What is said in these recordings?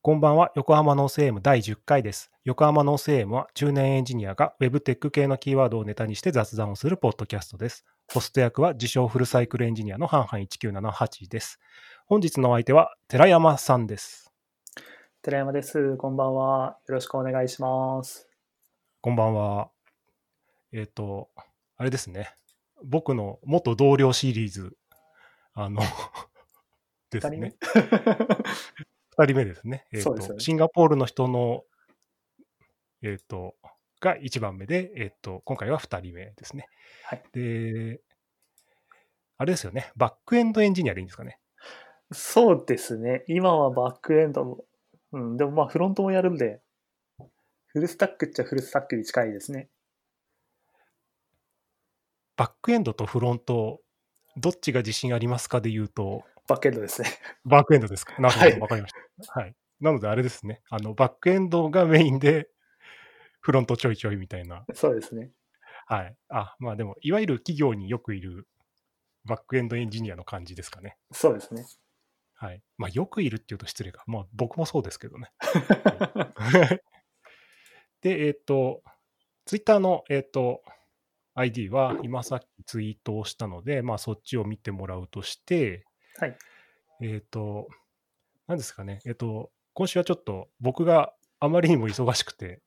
こんばんは、横浜ノース AM 第10回です。横浜ノース AM は10年エンジニアが Web テック系のキーワードをネタにして雑談をするポッドキャストです。ホスト役は自称フルサイクルエンジニアのハンハン1978です。本日のお相手は寺山さんです。寺山です。こんばんは。よろしくお願いします。こんばんは。えっ、と、あれですね。僕の元同僚シリーズ、あの、 ですね。二人目 2人目ですね。えーそうですよとねシンガポールの人の、えっ、と、が1番目で、えっ、と、今回は2人目ですね。はいで、あれですよね。バックエンドエンジニアでいいんですかね。そうですね。今はバックエンドも、うん、でもまあフロントもやるんで、フルスタックっちゃフルスタックに近いですね。バックエンドとフロント、どっちが自信ありますかで言うと、バックエンドですね。 バックエンドですか。なるほど、はいわかりました。はい。なので、あれですね。あの、バックエンドがメインで、フロントちょいちょいみたいなそうですね。はい。あ、まあでも、いわゆる企業によくいるバックエンドエンジニアの感じですかね。そうですね。はい。まあ、よくいるっていうと失礼か。まあ、僕もそうですけどね。で、えっ、と、ツイッターの、えっ、と、ID は今さっきツイートをしたので、まあ、そっちを見てもらうとして、はい。えっ、と、何ですかね。えっ、と、今週はちょっと僕があまりにも忙しくて、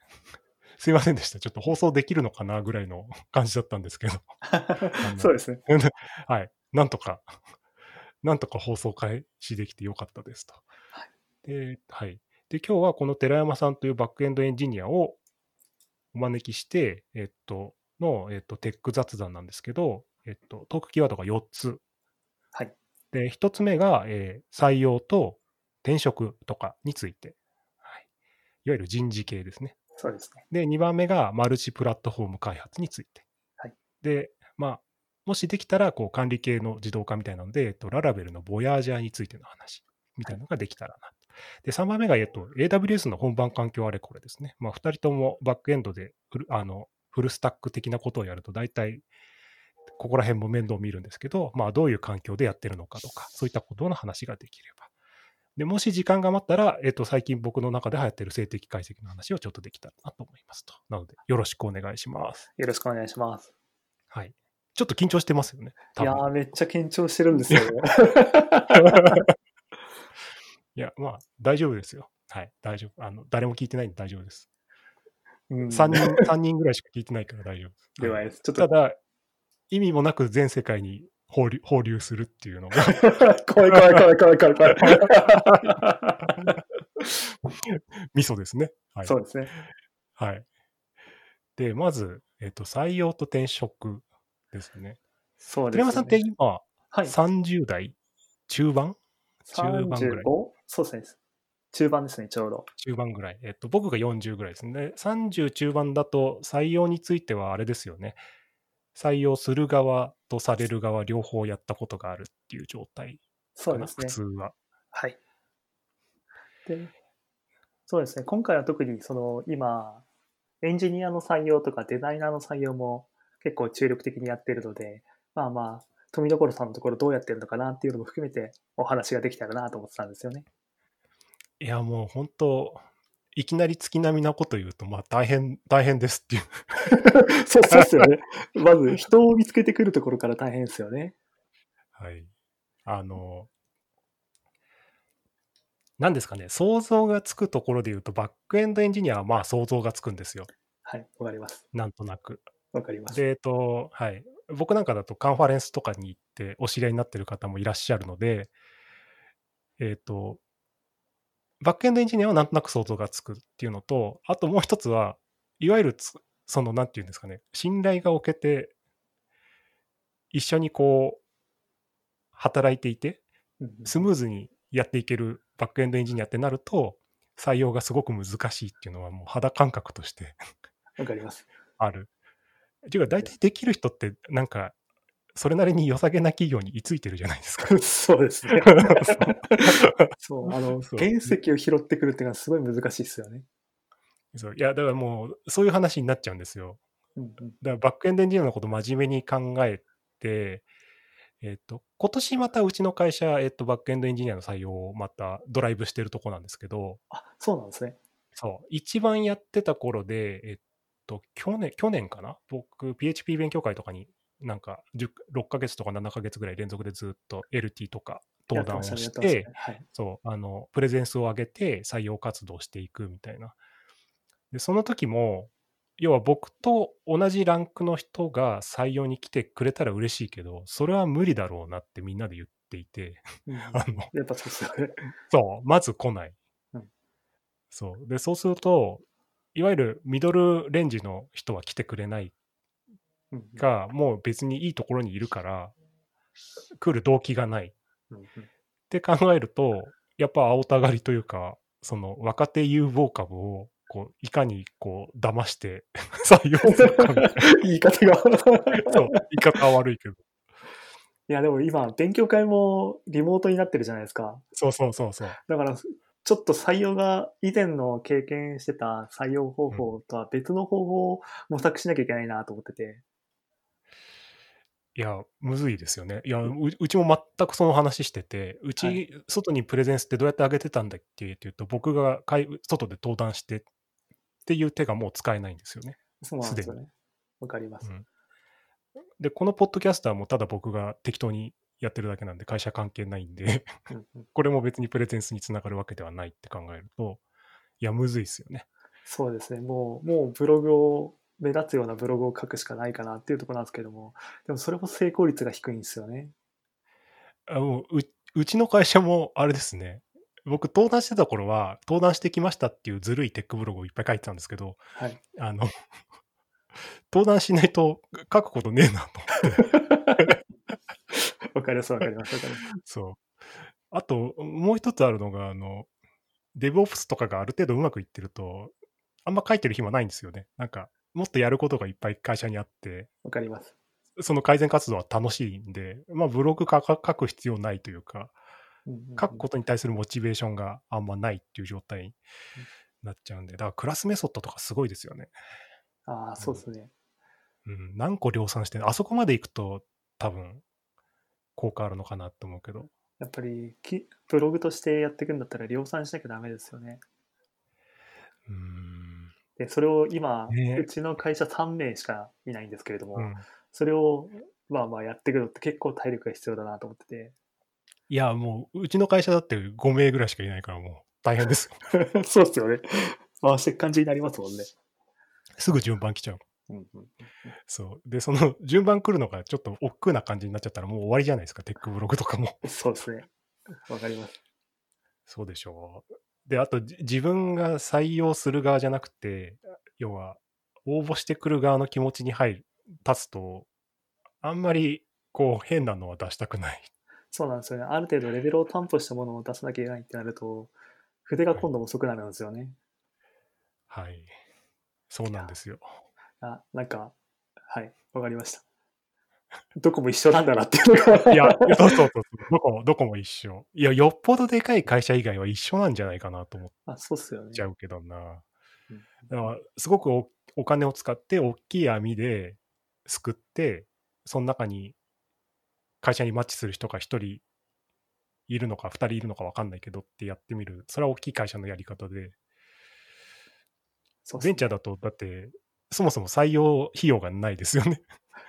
すいませんでした。ちょっと放送できるのかなぐらいの感じだったんですけ ど。そうですね。はい。なんとか、 なんとか放送開始できてよかったですと。はで、はい。で、今日はこの寺山さんというバックエンドエンジニアをお招きして、えっと、の、えっと、テック雑談なんですけど、えっと、トークキーワードが4つ。はい。で、1つ目が、えー採用と転職とかについて。はい。いわゆる人事系ですね。そうですね。で、2番目がマルチプラットフォーム開発について。はいで、まあ、もしできたら、こう、管理系の自動化みたいなので、えっと、ララベルのボヤージャーについての話みたいなのができたらな。で、3番目が、えっと、AWS の本番環境あれこれですね。まあ、2人ともバックエンドでフル、あの、フルスタック的なことをやると、大体、ここら辺も面倒を見るんですけど、まあ、どういう環境でやってるのかとか、そういったことの話ができれば。で、もし時間が余ったら、えっと、最近僕の中で流行ってる性的解析の話をちょっとできたらなと思いますと。なので、よろしくお願いします。よろしくお願いします。はい。ちょっと緊張してますよね。い多や分ー、めっちゃ緊張してる んですよ。いや、まあ、大丈夫ですよ。はい、大丈夫。あの、誰も聞いてないんで大丈夫です。うん、 3人、 三人ぐらいしか聞いてないから大丈夫。ではです。ちょったと だ、意味もなく全世界に放流放流するっていうのが、 怖い怖い怖い怖い怖い怖い。ミソですね。はい。そうですね。はい。で、まず、えっ、と、採用と転職ですね。そうですね。寺山さんって今、はい、 30代中盤中盤ぐらい 35? そうですね。中盤ですね、ちょうど。中盤ぐらい。えっと、僕が40ぐらいですね。30中盤だと採用についてはあれですよね。採用する側とされる側両方やったことがあるっていう状態そかうでな、す普ね。通は。はい。で、そうですね。今回は特に、その、今、エンジニアの採用とかデザイナーの採用も結構注力的にやってるので、まあまあ、富所さんのところどうやってるのかなっていうのも含めてお話ができたらなと思ってたんですよね。いや、もう本当、いきなり月並みなこと言うと、まあ大変、大変ですっていう。そうそうですよ ね。まず、人を見つけてくるところから大変ですよね。はい。あの、なんですかね、想像がつくところで言うと、バックエンドエンジニアはまあ想像がつくんですよ。はい、わかります。なんとなく。わかります。で、えっと、はい。僕なんかだとカンファレンスとかに行ってお知り合いになってる方もいらっしゃるので、えっ、と、バックエンドエンジニアはなんとなく想像がつくっていうのと、あともう一つは、いわゆるつその、なんていうんですかね、信頼が置けて、一緒にこう、働いていて、うんうんスムーズにやっていけるバックエンドエンジニアってなると、採用がすごく難しいっていうのはもう肌感覚として わかります。 ある。ていうか、大体できる人って、なんか、それなりに良さげな企業に居ついてるじゃないですか。 そうです ね。そう、あの、そう原石を拾ってくるっていうのはすごい難しいですよね。そういや、だからもう、そういう話になっちゃうんですよ。うんうん、だから、バックエンドエンジニアのこと真面目に考えて、えっと、今年またうちの会社、えっと、バックエンドエンジニアの採用をまたドライブしてるとこなんですけど、あ、そうなんですね。そう、一番やってた頃で、えっと、去年、去年かな僕、PHP 勉強会とかに、なんか、10 6ヶ月とか7ヶ月ぐらい連続でずっと LT とかや登っ壇てまをしたね、やっしてましてた、ね。はい。そう、あの、プレゼンスを上げて採用活動していくみたいな。で、その時も、要は僕と同じランクの人が採用に来てくれたら嬉しいけど、それは無理だろうなってみんなで言っていて、 うんうんあの、やっぱそうですよね。そう、まず来ない。うんそう。で、そうすると、いわゆるミドルレンジの人は来てくれないうんうんが、もう別にいいところにいるから、来る動機がない。うんうんって考えると、やっぱ青たがりというか、その若手有望株をこういかにこう騙して 採用するかみたいな。言い方が。 そう、言い方は悪いけど。いや、でも今、勉強会もリモートになってるじゃないですか。そうそうそうそう。だから、ちょっと採用が、以前の経験してた採用方法とは別の方法を模索しなきゃいけないなと思ってて。いや、むずいですよね。いや、ううちも全くその話してて、うち、は外にプレゼンスってどうやって上げてたんだっけって言うと、僕が会外で登壇してっていう手がもう使えないんですよね。そうなんですよね。わかります。うんで、このポッドキャスターもただ僕が適当にやってるだけなんで、会社関係ないんで。 うんうんこれも別にプレゼンスにつながるわけではないって考えると、いや、むずいっすよね。そうですね。もう、もうブログを、目立つようなブログを書くしかないかなっていうところなんですけども、でもそれも成功率が低いんですよね。あもうううちの会社もあれですね、僕、登壇してた頃は、登壇してきましたっていうずるいテックブログをいっぱい書いてたんですけど、はい。あの、 登壇しないと書くことねえなと。わかります、わかります、わかります。 そう。あと、もう一つあるのが、あの、DevOps とかがある程度うまくいってると、あんま書いてる暇ないんですよね。なんか、もっとやることがいっぱい会社にあって、わかります。その改善活動は楽しいんで、まあ、ブログかか書く必要ないというか、うんうんうん書くことに対するモチベーションがあんまないっていう状態になっちゃうんで、だからクラスメソッドとかすごいですよね。ああ、そうですね。うん、何個量産してあそこまで行くと多分効果あるのかなと思うけど、やっぱりき、ブログとしてやっていくんだったら量産しなきゃダメですよね。うん、で、それを今、ねうちの会社3名しかいないんですけれども、うん。それをまあまあやっていくのって結構体力が必要だなと思ってて。いや、もう、うちの会社だって5名ぐらいしかいないからもう大変ですよ。そうですよね。回していく感じになりますもんね。すぐ順番来ちゃう。うんうん、そう。で、その順番来るのがちょっと億劫な感じになっちゃったらもう終わりじゃないですか、テックブログとかも。そうですね。わかります。そうでしょう。で、あとじ自分が採用する側じゃなくて、要は応募してくる側の気持ちに入る、立つと、あんまりこう変なのは出したくない。 そうなんですよね。ある程度レベルを担保したものを出さなきゃいけないってなると、筆が今度遅くなるんですよね。はい。そうなんですよ。あ、なんか、はい、わかりました。どこも一緒なんだなっていうのが。いや、そうそうそうそう。どこも、どこも一緒。いや、よっぽどでかい会社以外は一緒なんじゃないかなと思っあ、そうっすよねち。ゃうけどな。うんだから、すごくおお金を使って、大きい網ですくって、その中に会社にマッチする人が1人いるのか、2人いるのか分かんないけどってやってみる、それは大きい会社のやり方で、そうっすベンチャーだと、だって、そもそも採用費用がないですよね。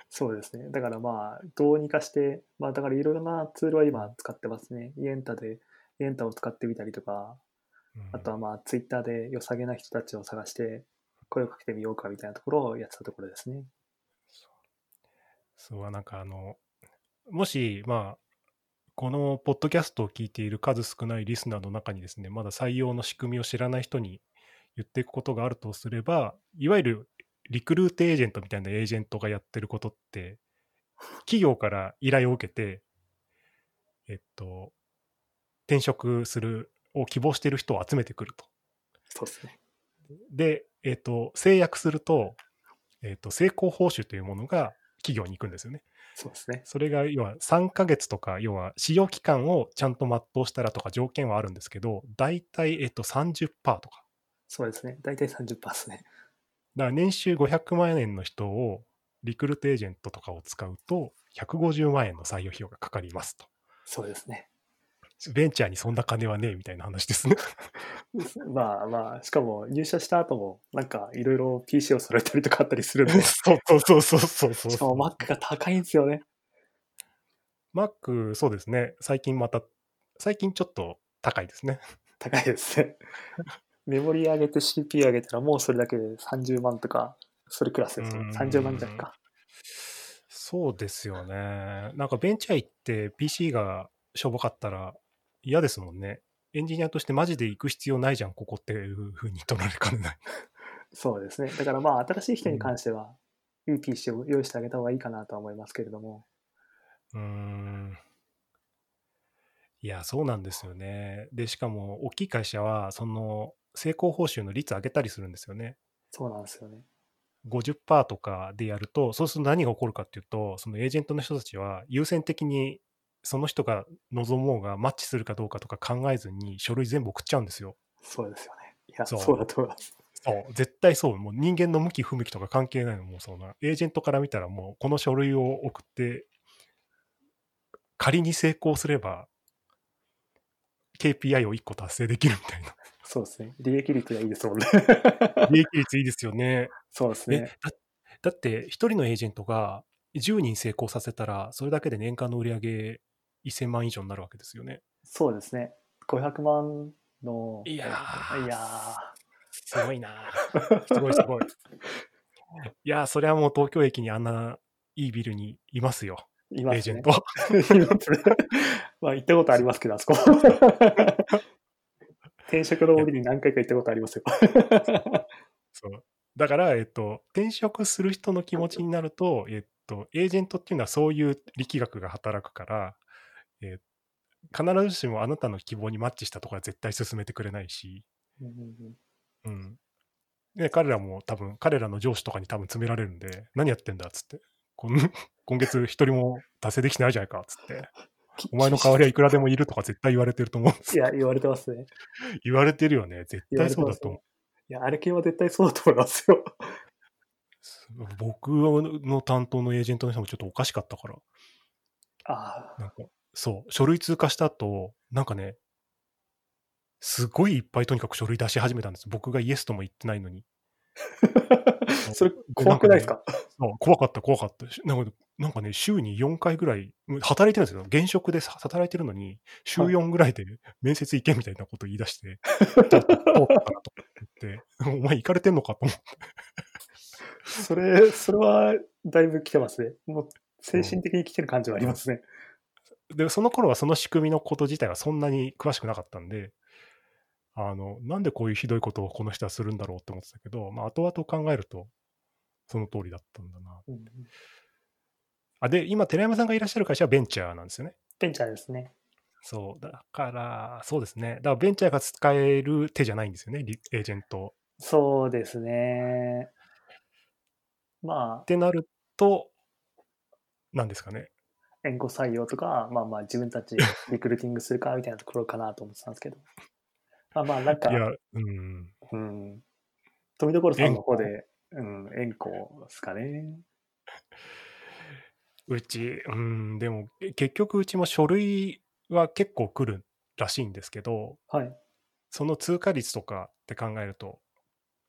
そうですね。だからまあ、どうにかして、まあだからいろいろなツールは今使ってますね。イエンタで、イエンタを使ってみたりとか、あとはまあツイッターで良さげな人たちを探して、声をかけてみようかみたいなところをやってたところですね。そうなんかあのもしまあこのポッドキャストを聞いている数少ないリスナーの中にですねまだ採用の仕組みを知らない人に言っていくことがあるとすればいわゆるリクルートエージェントみたいなエージェントがやってることって企業から依頼を受けてえっと転職するを希望している人を集めてくると。そうですね。で、えっと制約すると,、えっと成功報酬というものが企業に行くんですよね。そうですね。それが要は3ヶ月とか、要は使用期間をちゃんと全うしたらとか条件はあるんですけど、大体えっと30%とか、だかそうですね。大体30%ですね。ら年収500万円の人をリクルートエージェントとかを使うと、150万円の採用費用がかかりますと。そうですね。ベンチャーにそんな金はねえみたいな話ですね。まあまあ、しかも入社した後も、なんかいろいろ PC を揃えたりとかあったりするんで、し そうそうそうそうそうかそう。も Mac が高いんですよね。 Mac、そうですね。最近また、最近ちょっと高いですね。高いですね。メモリ上げて CPU 上げたらもうそれだけで30万とか、それクラスですようね。ん30万じゃないか。そうですよね。なんかベンチャー行って PC がしょぼかったら嫌ですもんね。エンジニアとしてマジで行く必要ないじゃん、ここっていう風に取られかねない。そうですね。だからまあ、新しい人に関しては、いい PC を用意してあげた方がいいかなとは思いますけれども。うーん。いや、そうなんですよね。で、しかも大きい会社は、その成功報酬の率上げたりするんですよね。そうなんですよね。 50%とかでやると、そうすると何が起こるかっていうと、そのエージェントの人たちは優先的にその人が望もうがマッチするかどうかとか考えずに書類全部送っちゃうんですよ。そうですよね。いや、そそううだと思います。そう、絶対そう。もう人間の向き不向きとか関係ないの。もうそのエージェントから見たらもうこの書類を送って、仮に成功すれば KPI を1個達成できるみたい な。そうですね。利益率がいいで すもんね。利益率いいですよね。そうですえね。だだって1人のエージェントが10人成功させたらそれだけで年間の売り上げ1000万以上になるわけですよね。そうですね。500万の。いやーいやすごいなーすごいすごい。 いやー、それはもう東京駅にあんないいビルにいますよ、ーいエますねージェント。 まあ、行ったことありますけど、あそこ。転職の折に何回か行ったことありますよ。そうだから、えっと、転職する人の気持ちになると、えっと、エージェントっていうのはそういう力学が働くから、えー必ずしもあなたの希望にマッチしたところは絶対進めてくれないし、うんうんうんうん、で彼らも多分彼らの上司とかに多分詰められるんで何やってんだっつってこん 今月一人も達成できてないじゃないかっつってお前の代わりはいくらでもいるとか絶対言われてると思うんですいや、言われてますね。言われてるよね絶言対われてそうまだすと思ういや、あれ系は絶対そうだと思いますよ。僕の担当のエージェントの人もちょっとおかしかったから あなんかそう書類通過した後なんかねすごいいっぱいとにかく書類出し始めたんです僕がイエスとも言ってないのにあ。それ、怖くないですかそう怖かった、怖かった。しなんかなんかね、週に4回ぐらい、うん働いてるんですよ。現職でさ働いてるのに、週はい4ぐらいで面接行けみたいなこと言い出 して、ちょっと通ったなと思って、お前行かれてんのかと思って。それ、それは、だいぶ来てますね。もう、精神的に来てる感じはありますね。で、その頃はその仕組みのこと自体はそんなに詳しくなかったんで、あの、なんでこういうひどいことをこの人はするんだろうって思ってたけど、まあ、後々考えると、その通りだったんだな。うんあ、で、今、寺山さんがいらっしゃる会社はベンチャーなんですよね。ベンチャーですね。そう、だから、そうですね。だからベンチャーが使える手じゃないんですよね、リエージェント。そうですね。まっあ、てなると、なんですかね。援護採用とか、まあまあ自分た ちリクルーティングするかみたいなところかなと思ってたんですけど。まあまあ、なんかい、や、うん。うん。富所さんの方で、うん、援護ですかね。うち、うん、でも、え結局、うちも書類は結構来るらしいんですけど、はい。その通過率とかって考えると、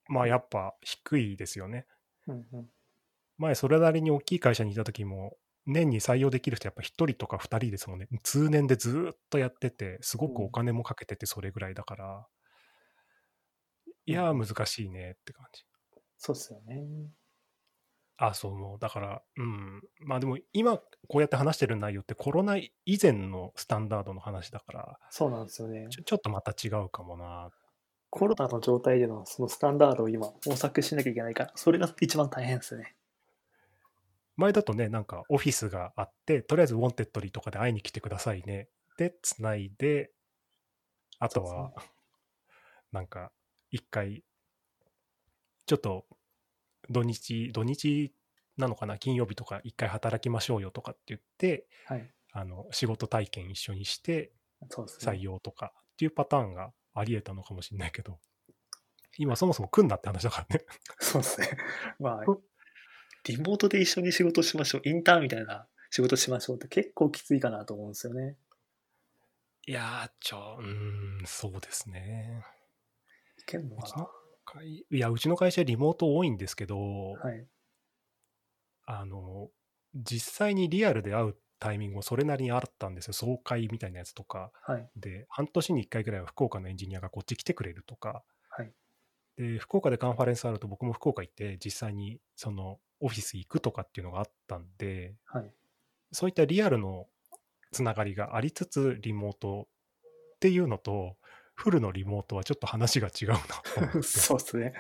まあ、やっぱ低いですよね。うんうん、前、それなりに大きい会社にいた時も、年に採用できる人、やっぱ1人とか2人ですもんね。通年でずーっとやってて、すごくお金もかけてて、それぐらいだから、いやー、難しいねって感じ。そうですよね。あ、そう、もう、だから、うん。まあでも、今、こうやって話してる内容って、コロナ以前のスタンダードの話だから、そうなんですよね。ちょちょっとまた違うかもな。コロナの状態でのそのスタンダードを今模索しなきゃいけないから、それが一番大変ですね。前だとね、なんか、オフィスがあって、とりあえず、ウォンテッドリーとかで会いに来てくださいね。で、つないで、あとは、なんか、一回、ちょっと、土日、土日なのかな、金曜日とか、一回働きましょうよとかって言って、はい。あの、仕事体験一緒にして、そうです採ね。用とかっていうパターンがあり得たのかもしれないけ ど、今そもそも組んだって話だからね。そうですね。まあ、リモートで一緒に仕事しましょう、インターンみたいな仕事しましょうって結構きついかなと思うんですよね。いやー、ちょ、うーん、そうですね。いけんのうちかの会いや、うちの会社リモート多いんですけど、なはい。あの、実際にリアルで会うタイミングもそれなりにあったんですよ。総会みたいなやつとか。はい。で、半年に1回ぐらいは福岡のエンジニアがこっち来てくれるとか。はい。で、福岡でカンファレンスあると僕も福岡行って実際にそのオフィス行くとかっていうのがあったんで、はい。そういったリアルのつながりがありつつリモートっていうのと、フルのリモートはちょっと話が違うなと思って。 そうですね。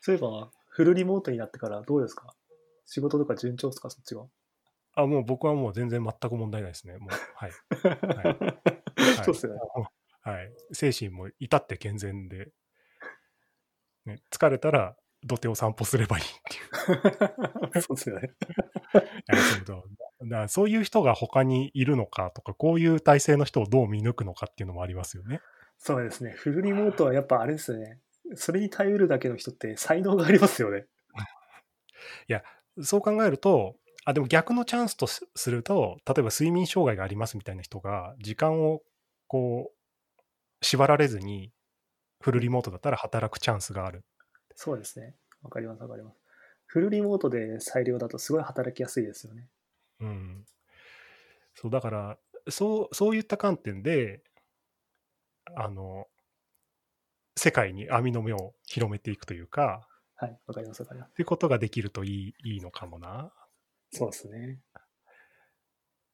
そういえば、フルリモートになってからどうですか仕事とか順調ですかそっちは。あ、もう僕はもう全然全く問題ないですね。もう、はい。 はいそうですよね。 はい、精神も至って健全で、ね、疲れたら土手を散歩すればい いっていうそうですよね。あのそうそうだからそういう人が他にいるのかとかこういう体制の人をどう見抜くのかっていうのもありますよね。そうですね。フルリモートはやっぱあれですよね。それに頼るだけの人って才能がありますよね。そう考えるとあでも逆のチャンスとすすると例えば睡眠障害がありますみたいな人が時間をこう縛られずにフルリモートだったら働くチャンスがある。そうですね。わかります、わかります。フルリモートで裁量だとすごい働きやすいですよね。うん、そうだからそうそういった観点であの世界に網の目を広めていくというかはい、わかります、わかります。っていうことができるといいいいのかもな。そうですね。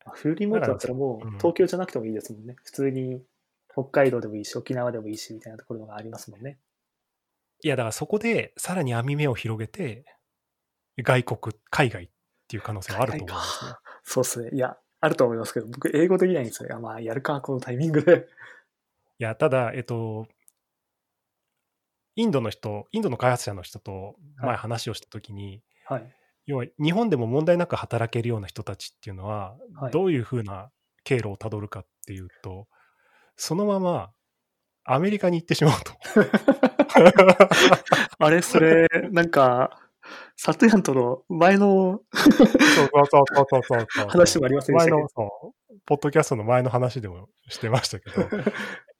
あフルリモートだったらもううん東京じゃなくてもいいですもんね。普通に北海道でもいいし、沖縄でもいいしみたいなところがありますもんね。いやだからそこでさらに網目を広げて外国海外っていう可能性はあると思うんですよ。そうですね。いや、あると思いますけど、僕、英語できないんですよ。いやまあ、やるか、このタイミングで。 いやただえっとインドの人インドの開発者の人と前話をした時に、はい。要は日本でも問題なく働けるような人たちっていうのは、はいどういうふうな経路をたどるかっていうとそのままアメリカに行ってしまう とあれ、それ、なんか、サトヤンとの前のそうそうそうそうそうそうそう話もありませんでし前たけのそうポッドキャストの前の話でもしてましたけ ど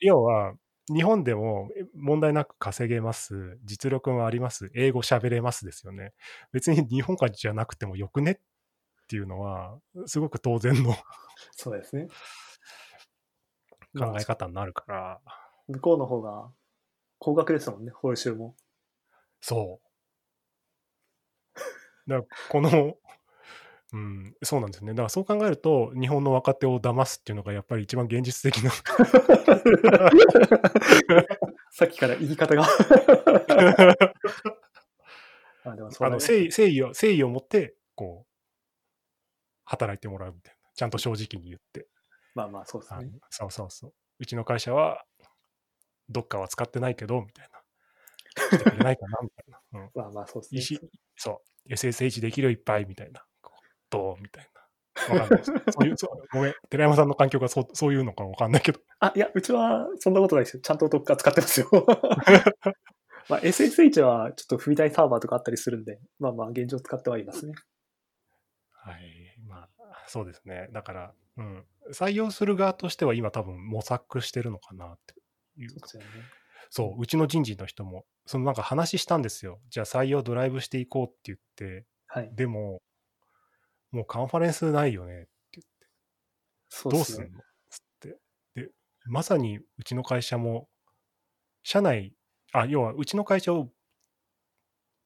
要は日本でも問題なく稼げます実力もあります英語喋れますですよね別に日本からじゃなくてもよくねっていうのはすごく当然のそうですね。考え方になるから、向こうの方が高額ですもんね、報酬も。そう。だからこの、 うん、そうなんですよね。だからそう考えると、日本の若手を騙すっていうのがやっぱり一番現実的な さっきから言い方が。あでもそうあのだね誠意誠意を誠意を持って、こう、働いてもらうみたいな。ちゃんと正直に言って。まあまあ、そうですあね。そうそうそう。うちの会社は、どっかは使ってないけど、みたいな。してくれないかな、みたいな。うんまあまあ、そうで EC すね。そう、SSH できるよいっぱいみたいな。こうどうみたいな。わかん ないですそういうそうごめん、寺山さんの環境がそうそういうのかわかんないけど。あ、いや、うちはそんなことないですよ。ちゃんとどっか使って ますよ。まあ、SSH はちょっと踏み台サーバーとかあったりするんで、まあまあ、現状使ってはいますね。はい、まあ、そうですね。だから、うん、採用する側としては今多分模索してるのかなっていうそうですよね。そう、うちの人事の人も、そのなんか話したんですよ。じゃあ採用ドライブしていこうって言って、はい。でも、もうカンファレンスないよねそうどでうすすんねの。つって。で、まさにうちの会社も、社内、あ、要はうちの会社を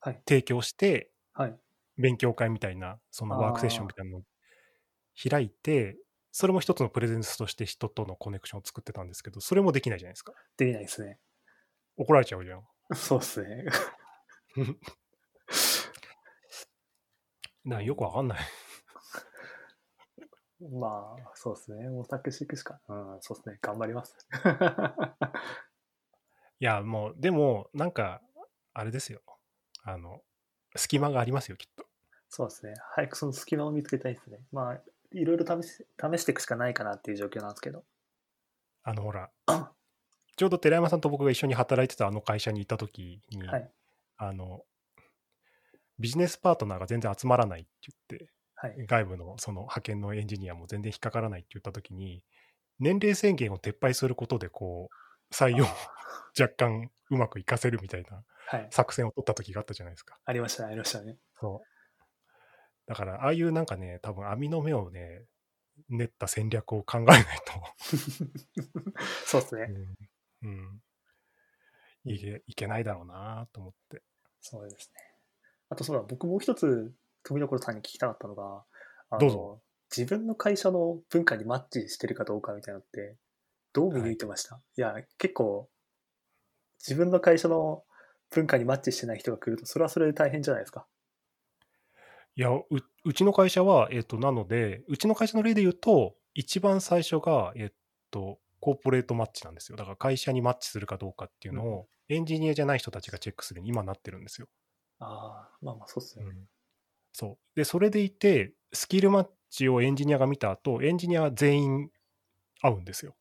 はい提供して、はい。勉強会みたいな、そのワークセッションみたいなのを開いて、それも一つのプレゼンスとして人とのコネクションを作ってたんですけど、それもできないじゃないですか。できないですね。 怒られちゃうじゃん。そうですね。 なよくわかんない。まあ、そうですね。模索していくしか。うん、そうですね。頑張ります。いや、もう、でも、なんか、あれですよ。あの、隙間がありますよ、きっと。そうですね。早くその隙間を見つけたいですね。まあ、いろいろ試し試していくしかないかなっていう状況なんですけど。あの、ほ らあ、ちょうど寺山さんと僕が一緒に働いてたあの会社にいたときに、はい。あの、ビジネスパートナーが全然集まらないって言って、はい。外部のその派遣のエンジニアも全然引っかからないって言ったときに、年齢制限を撤廃することで、こう、採用を 若干うまくいかせるみたいなはい。作戦を取った時があったじゃないですか。ありましたね、ありましたね。そう。だから、ああいうなんかね、多分網の目をね、練った戦略を考えないそうですと、ね。うんうんいけ、いけないだろうなと思って。そうですね。あとそうだ、僕もう一つ、富所さんに聞きたかったのが、あのどうぞ自分の会社の文化にマッチしてるかどうかみたいなのって、どう見抜いてました、い、や、結構、自分の会社の文化にマッチしてない人が来ると、それはそれで大変じゃないですか。いや、ううちの会社は、えっ、と、なので、うちの会社の例で言うと、一番最初が、えっ、と、コーポレートマッチなんですよ。だから会社にマッチするかどうかっていうのを、エンジニアじゃない人たちがチェックするように今なってるんですよ。ああ、まあまあ、そうですね。そう。で、それでいて、スキルマッチをエンジニアが見た後、エンジニアは全員会うんですよ。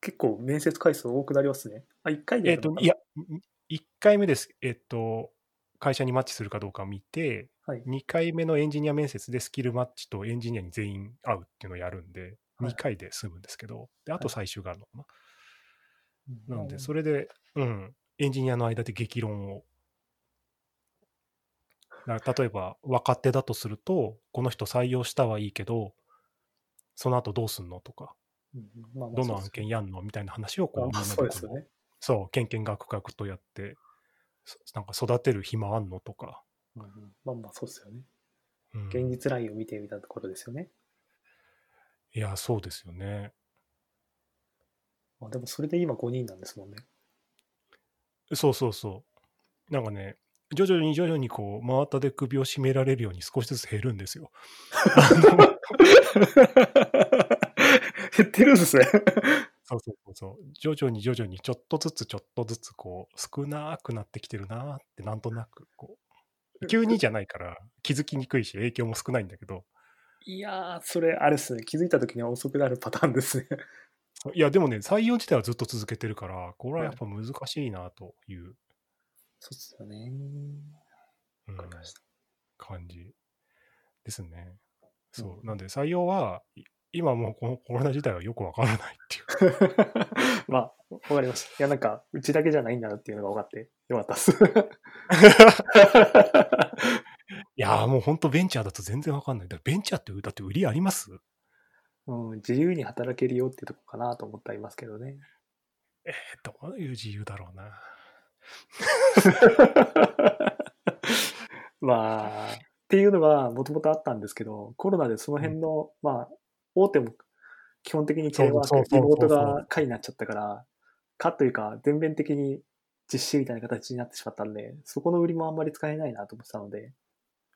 結構、面接回数多くなりますね。あ、1回でえやっ、るのとか、な。いや、1回目です。えっ、と、会社にマッチするかどうかを見て、はい2回目のエンジニア面接でスキルマッチとエンジニアに全員会うっていうのをやるんで、はい2回で済むんですけど、であと最終があるのかな。なので、それ。れで、うん、エンジニアの間で激論を。だから例えば、若手だとすると、この人採用したはいいけど、その後どうすんのとか、うんまあまあどそのう案です件やんのみたいな話をこう、あみんまなあでそうですこようね。そう、けんけんがくがくとやって、そなんか育てる暇あんのとか、うんうんまあまあ、そうですよね。うん現実ラインを見てみたところですよね。いや、そうですよね。あでもそれで今5人なんですもんね。そうそうそう。なんかね、徐々に徐々にこう、真綿で首を絞められるように少しずつ減るんですよ。 減ってるんですね。そうそうそうそう。徐々に徐々にちょっとずつちょっとずつこう、少なくなってきてるなーって、なんとなくこう、急にじゃないから気づきにくいし、影響も少ないんだけど、 いやー、それあれですね。気づいた時には遅くなるパターンですね。 いや、でもね、採用自体はずっと続けてるから、これはやっぱ難しいなという、そうですよね。うんわかりました。感じですね。そう。なんで、採用は、い今もうこのコロナ自体はよくわからないっていう。 まあ、わかりました。いや、なんか、うちだけじゃないんだなっていうのが分かって、よかったっす。いやー、もう本当ベンチャーだと全然わかんない。だからベンチャーって、だって売りあります うん、自由に働けるよってとこかなと思ってありますけどね。どういう自由だろうな。 まあ、っていうのがもともとあったんですけど、コロナでその辺の、まあ、大手も基本的にテレワそうーク、そうそリうそうモートが下位になっちゃったから、かというか、全面的に実施みたいな形になってしまったんで、そこの売りもあんまり使えないなと思ってたので、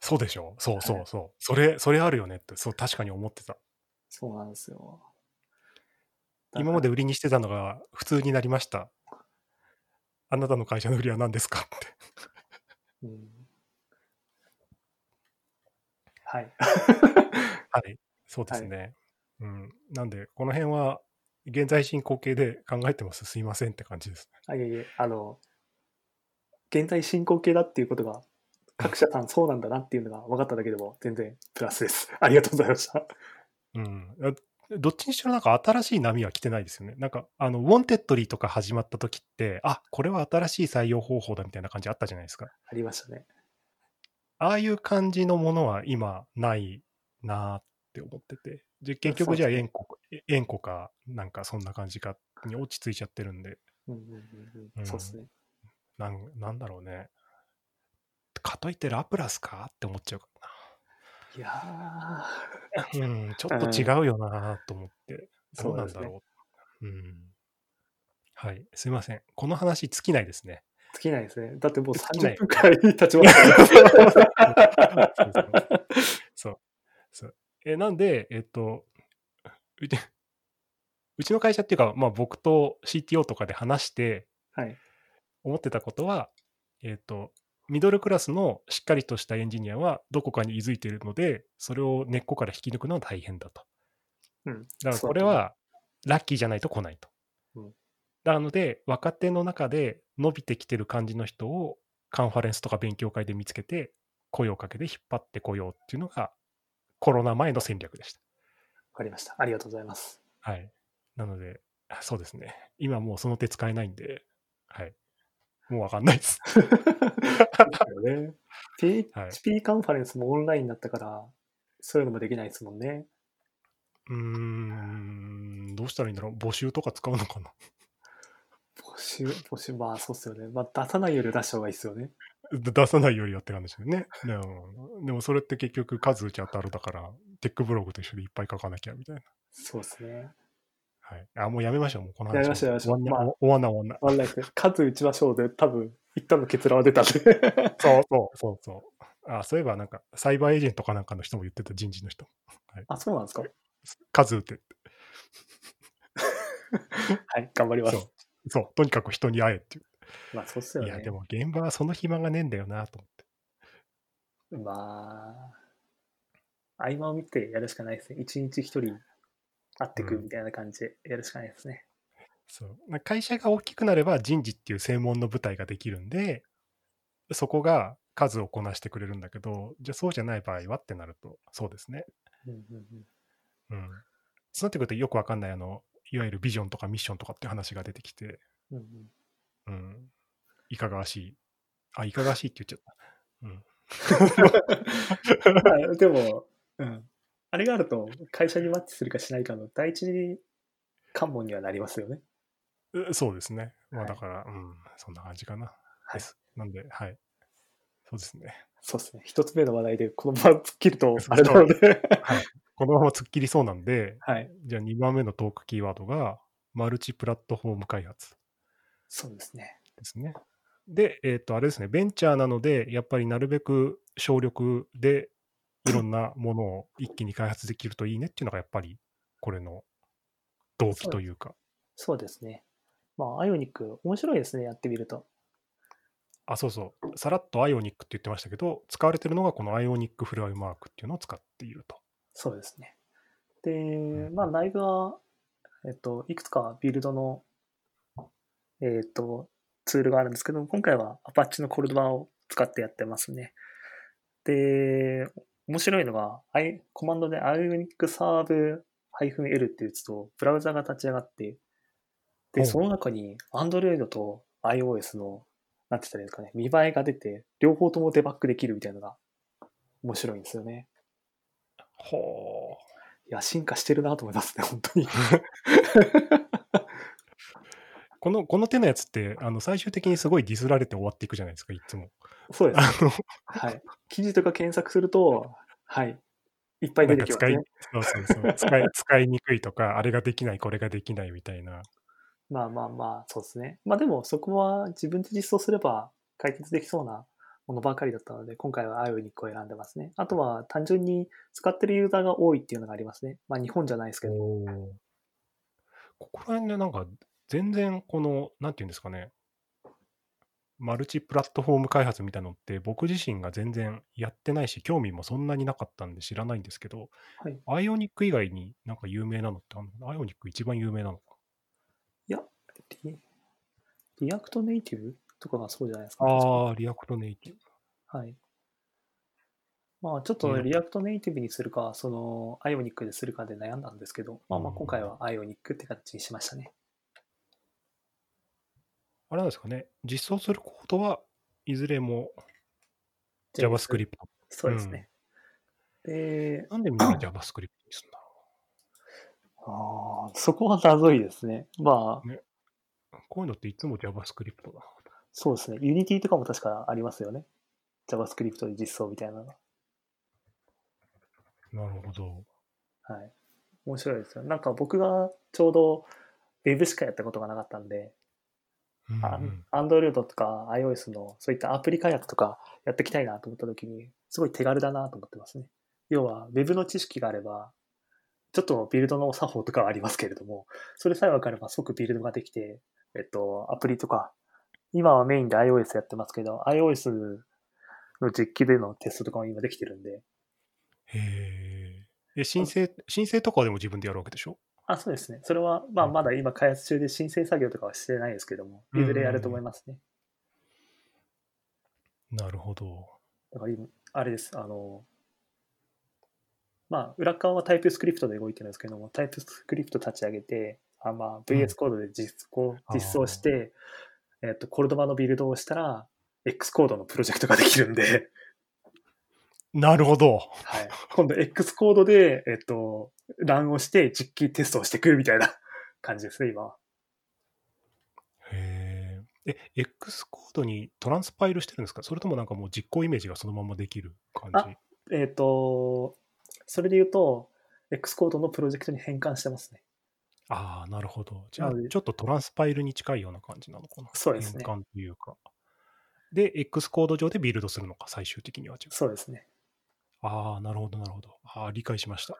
そうでしょそうそはいうそう。それ、それあるよねって、そう、確かに思ってた。そうなんですよ。今まで売りにしてたのが普通になりました。あなたの会社の売りは何ですかって。うんはい。はい。そうですね。うん。なんで、この辺は、現在進行形で考えてます。すいませんって感じです。あ、いえいえ、あの、現在進行形だっていうことが、各社さんそうなんだなっていうのが分かっただけでも全然プラスです。 ありがとうございました。うん。あどっちにしろなんか新しい波は来てないですよね。なんか、あの、ウォンテッドリーとか始まった時って、あ、これは新しい採用方法だみたいな感じあったじゃないですか。ありましたね。ああいう感じのものは今ないなーって思ってて。で結局じゃあ円弧円弧か、なんかそんな感じかに落ち着いちゃってるんで、うんうんうんう、うんんそうですね。なんなんだろうね。かといってラプラスかって思っちゃうかいやー、 らな。うん、ちょっと違うよなーと思って。どうなんだね。ろう。うん。はい、すいません。この話尽きないですね。尽きないですね。だってもう尽きない30分くらい経ちましたね そう。そうえなんで、えっと、うち、うちの会社っていうか、まあ僕と CTO とかで話してはい。思ってたことは、えっと、ミドルクラスのしっかりとしたエンジニアはどこかに居づいているので、それを根っこから引き抜くのは大変だと。うん。だからこれはラッキーじゃないと来ないと。うんなので、若手の中で伸びてきてる感じの人をカンファレンスとか勉強会で見つけて、声をかけて引っ張ってこようっていうのが、コロナ前の戦略でした。かりました。ありがとうございます。はい。なので、あそうですね。今もうその手使えないんで、はい。もうわかんないです。そう ですよはね。い PHP カンファレンスもオンラインになったから、そういうのもできないですもんね。うーん、どうしたらいいんだろう。募集とか使うのかな。募集、募集、まあそうっすよね。まあ出さないより出した方がいいですよね。出さないよりやって感じですよね。でも、でもそれって結局数打ち当たるだから、テックブログと一緒でいっぱい書かなきゃみたいな。そうですね。はい。あ、もうやめましょう。もうこの話。やめましょうやめましょう終わんまな、終わんな、終わんな。ワンライフ、数打ちましょうで、多分、一旦の結論は出たん で。そうそうそうそう。あ、そういえばなんか、サイバーエージェントかなんかの人も言ってた人事の人。あ、そうなんですか数打てって。はい、頑張りまそうす。。そう。とにかく人に会えっていう。まあそうっすよいね。や、でも現場はその暇がねえんだよなと思って。まあ、合間を見てやるしかないですね。一日一人会ってくみたいな感じでやるしかないですね。そうなんか会社が大きくなれば人事っていう専門の部隊ができるんで、そこが数をこなしてくれるんだけど、じゃあそうじゃない場合はってなると、そうですね。うんうんうんうん。そうなってくるとよくわかんない、あの、いわゆるビジョンとかミッションとかっていう話が出てきて、うんうんうん。いかがわしい。あ、いかがわしいって言っちゃまあでも、うん、あれがあると会社にマッチするかしないかの第一関門にはなりますよね。った。う そうですね。まあはいだから、うん、そんな感じかな。はいです。なんで、はい。そうですね。そうですね。一つ目の話題でこのまま突っ切るとそうあれなので。このまま突っ切りそうなんで、はい。じゃあ2番目のトークキーワードが、マルチプラットフォーム開発そうですね。ですね。で、えっ、と、あれですね、ベンチャーなので、やっぱりなるべく省力でいろんなものを一気に開発できるといいねっていうのが、やっぱりこれの動機というか、そうですね。まあ、アイオニック、面白いですね、やってみると。あ、そうそう、さらっとアイオニックって言ってましたけど、使われてるのがこのアイオニックフレームワークっていうのを使っていると。そうですね。で、まあ、内部は、えっと、いくつかビルドの、えっと、ツールがあるんですけど、今回は Apache のコルドバを使ってやってますね。で、面白いのが、アイコマンドで ionic-serve-l って打つと、ブラウザが立ち上がって、ほで、うその中に Android と iOS の、なんて言ったらいいですかね、見栄えが出て、両方ともデバッグできるみたいなのが面白いんですよね。ほう。いや、進化してるなと思いますね、 本 当に。この、この手のやつって、あの、最終的にすごいディスられて終わっていくじゃないですか、いつも。そうです。あの、はい。記事とか検索すると、はい。いっぱいな出んてかき使ますいね。、そうそうそう使い、使いにくいとか、あれができない、これができないみたいな。まあまあまあ、そうですね。まあでも、そこは自分で実装すれば解決できそうなものばかりだったので、今回は IONIC を選んでますね。あとは、単純に使ってるユーザーが多いっていうのがありますね。まあ、日本じゃないですけど。おーここら辺でなんか全然このなんていうんですかねマルチプラットフォーム開発みたいなのって僕自身が全然やってないし興味もそんなになかったんで知らないんですけど、はいアイオニック以外になんか有名なのってあるのアイオニック一番有名なのかリリアクトネイティブとかがそうじゃないですか。ああリアクトネイティブはい。まあ、ちょっとうんリアクトネイティブにするか、その、アイオニックでするかで悩んだんですけど、まあまあ、うん今回はアイオニックって形にしましたね。あれなんですかね実装するコードはいずれも JavaScript そうですね。で、なんでみんな JavaScript にするんだろあーそこは謎いですね。まあ、うこういうのっていつも JavaScript だそうですね。Unity とかも確かありますよね。JavaScript で実装みたいなのが。なるほどはい。面白いですよ。なんか僕がちょうど Web しかやったことがなかったんで、うんアン Android とか iOS のそういったアプリ開発とかやっていきたいなと思った時に、すごい手軽だなと思ってますね。要は Web の知識があれば、ちょっとビルドの作法とかはありますけれども、それさえ分かれば即ビルドができて、えっと、アプリとか、今はメインで iOS やってますけど、iOS の実機でのテストとかも今できてるんで、へえ。え申請、申請とかでも自分でやるわけでしょあ、そうですね。それは、まあ、うんまだ今開発中で申請作業とかはしてないですけども、うんいずれやると思いますね。なるほど。だから今、あれです。あの、まあ、裏側はタイプスクリプトで動いてるんですけども、タイプスクリプト立ち上げて、あまあ、VS コードで実行、あー実装して、えっと、コルドバのビルドをしたら、X コードのプロジェクトができるんで、なるほど。はい、今度 X コードで、えっと、欄をして実機テストをしてくるみたいな 感じですね、今は。へえ。え、X コードにトランスパイルしてるんですかそれともなんかもう実行イメージがそのままできる感じえっ、と、それで言うと、X コードのプロジェクトに変換してますね。ああ、なるほど。じゃあ、なのでちょっとトランスパイルに近いような感じなのかな。そうですね変換というか。で、X コード上でビルドするのか、最終的には違う。そうですね。ああ、なるほど、なるほど。ああ、理解しました。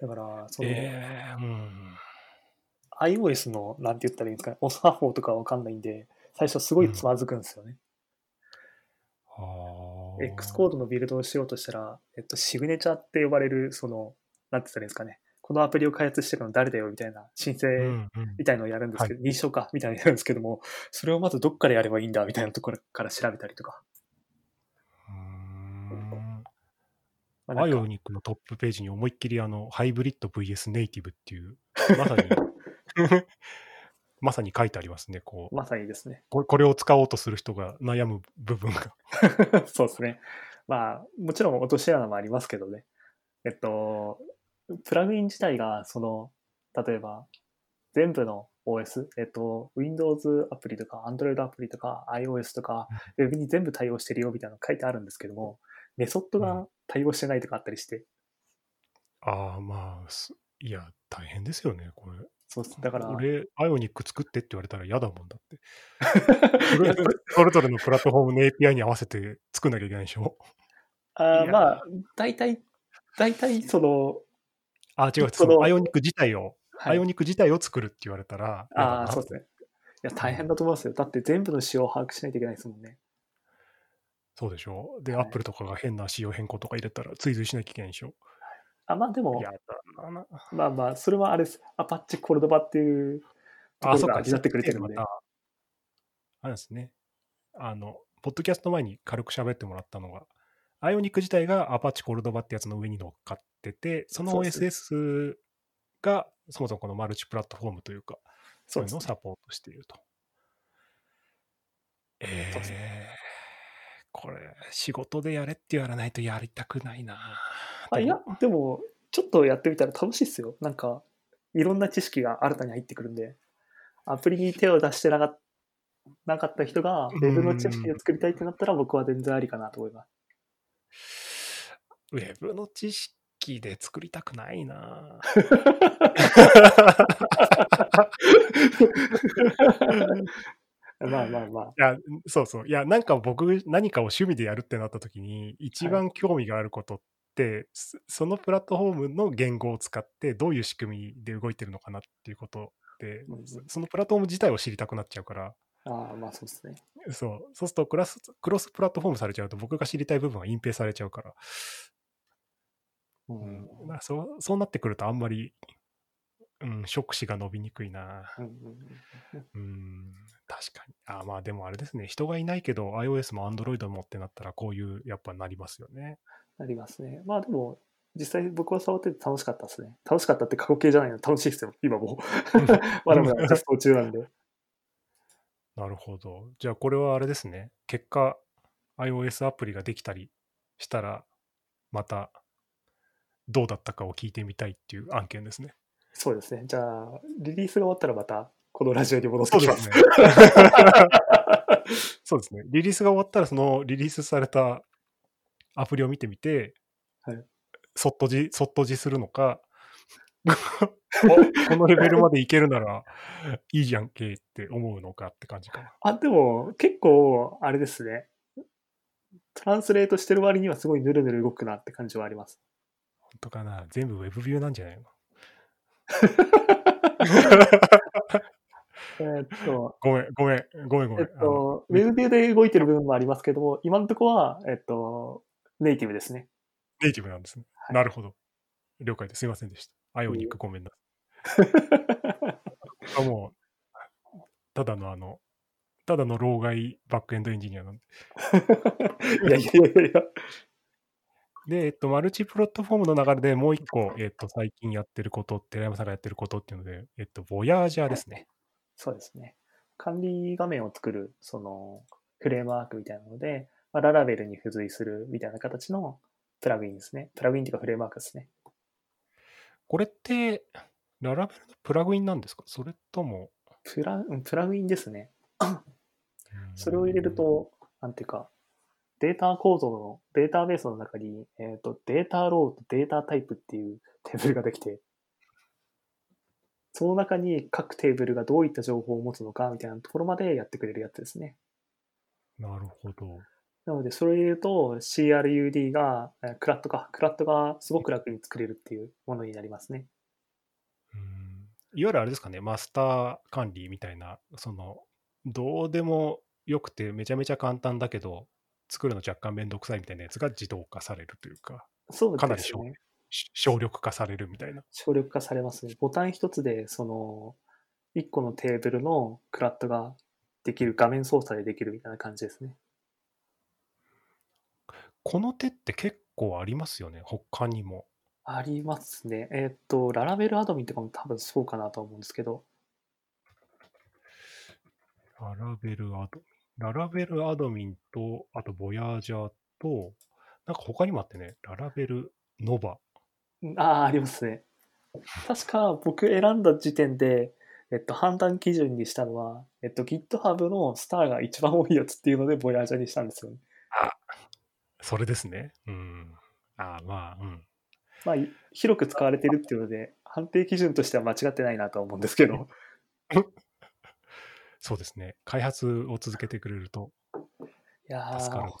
だから、その、ええうん。 iOS の、なんて言ったらいいんですかね、オスハフォーとかわかんないんで、最初すごいつまずくんですよね。あ X コード。ドのビルドをしようとしたら、えっと、シグネチャーって呼ばれる、その、なんて言ったらいいんですかね、このアプリを開発してるの誰だよみたいな申請うんうんみたいのをやるんですけど、認証かみたいなのやるんですけども、それをまずどっからやればいいんだみたいなところから調べたりとか。うーんまあなバんイかオニックのトップページに思いっきりあのハイブリッド VS ネイティブっていう、 まさに、まさに書いてありますね。こうまさにですね。これこれを使おうとする人が悩む部分 が。そうですね。まあ、もちろん落とし穴もありますけどね。えっと、プラグイン自体が、その、例えば、全部の OS、えっと、Windows アプリとか、Android アプリとか、iOS とか、Web に全部対応してるよみたいなの書いてあるんですけども、メソッドうが対応してないとかあったりして、ああ、まあ、すいや、大変ですよね、これ。そうっすだから、俺、バイオニック作ってって言われたら嫌だもんだって。そ いれやぞれそれぞれのプラットフォームの API に合わせて作んなきゃいけないでしょ。あいーやまあ、大体、大体、その、ああ、違う、そそののバイオニック自体を、バはイいオニック自体を作るって言われたら嫌だな。ああ、そうですね。いや、大変だと思いますよ。だって全部の仕様を把握しないといけないですもんね。そうでしょで、はいアップルとかが変な仕様変更とか入れたら追随しなきゃいけないでしょあ、まあでも、嫌だな。まあまあ、それはあれです。アパッチコルドバっていうとこあ、ろそっがか、味わってくれてるのまで。た、あれですね。あの、ポッドキャスト前に軽く喋ってもらったのが、アイオニック自体がアパッチコルドバってやつの上に乗っかってて、そのそうです OSS がそもそもこのマルチプラットフォームというか、そそううでいうのをすね。サポートしていると。えそうですー、これ、仕事でやれって言われないとやりたくないなあいでやも、でも、ちょっとやってみたら楽しいですよ。なんか、いろんな知識が新たに入ってくるんで、アプリに手を出してなかった。なかった人が、ウェブの知識を作りたいってなったら、僕は全然ありかなと思います。ウェブの知識で作りたくないなまあまあまあ。いや、そうそう。いや、なんか僕、何かを趣味でやるってなった時に、一番興味があることって、そそのプラットフォームの言語を使って、どういう仕組みで動いてるのかなっていうことで、うんそそのプラットフォーム自体を知りたくなっちゃうから、ああ、まあそうですね。そう。そうするとクラス、クロスプラットフォームされちゃうと、僕が知りたい部分は隠蔽されちゃうから、ううんんまあ、そうそうなってくると、あんまり、うん、触手が伸びにくいな。うんうんうーん確かに。あーまあでもあれですね、人がいないけど iOS も Android もってなったらこういうやっぱなりますよね。なりますね。まあでも、実際僕は触ってて楽しかったですね。楽しかったって過去形じゃないの楽しいですよ、今もう。まだまだテスト中なんで。なるほど。じゃあこれはあれですね、結果 iOS アプリができたりしたらまたどうだったかを聞いてみたいっていう案件ですね。そうですね。じゃあ、リリースが終わったらまた、このラジオに戻ってそうきでますす。ね。 そうですね。リリースが終わったらそのリリースされたアプリを見てみて、はいそっとじそっとじするの か、おこのレベルまでいけるならいいじゃんけって思うのかって感じかな。あ、でも、結構、あれですね。トランスレートしてる割にはすごいヌルヌル動くなって感じはあります。本当かな全部 Web ビューなんじゃないのえーっと、ごめん、ごめん、ごめん、ごえめん。っと、ウェブビューで動いてる部分もありますけども、今のところは、えっと、ネイティブですね。あのネイティブなんですね。はいなるほど。了解です。すいませんでした。アイオニックごめんなさい。あもう、ただのあの、ただの老害バックエンドエンジニアなんで。いやいやいやいや。で、えっと、マルチプラットフォームの流れでもう一個、えっと、最近やってること、寺山さんがやってることっていうので、えっと、ボヤージャーですね。そうですね。管理画面を作る、その、フレームワークみたいなので、まあ、ララベルに付随するみたいな形のプラグインですね。プラグインっていうかフレームワークですね。これって、ララベルのプラグインなんですかそれとも。プラ、うんプラグインですね。それを入れると、なんていうか、データ構造の、データベースの中に、えっ、と、データローとデータタイプっていうテーブルができて、その中に各テーブルがどういった情報を持つのかみたいなところまでやってくれるやつですね。なるほど。なので、それを入れると CRUD が、えークラットか、クラットがすごく楽に作れるっていうものになりますね。うんいわゆるあれですかね、マスター管理みたいな、その、どうでもよくて、めちゃめちゃ簡単だけど、作るの若干めんどくさいみたいなやつが自動化されるというか、そうかなりです省ね。し省力化されるみたいな。省力化されますね。ボタン一つで、その、一個のテーブルのクラットができる、画面操作でできるみたいな感じですね。この手って結構ありますよね、他にも。ありますね。えーっと、ララベルアドミンとかも多分そうかなと思うんですけど、ララベルアドミン。ララベルアドミンと、あと、ボヤージャーと、なんか他にもあってね、ララベルノバ。うんああ、ありますね。確か僕選んだ時点で、えっと、判断基準にしたのは、えっと、GitHub のスターが一番多いやつっていうので、ボヤージャーにしたんですよね。それですね。うん。ああ、まあ、うん。まあ、い広く使われてるっていうので、判定基準としては間違ってないなとは思うんですけど、そうですね。開発を続けてくれるといや助かーる。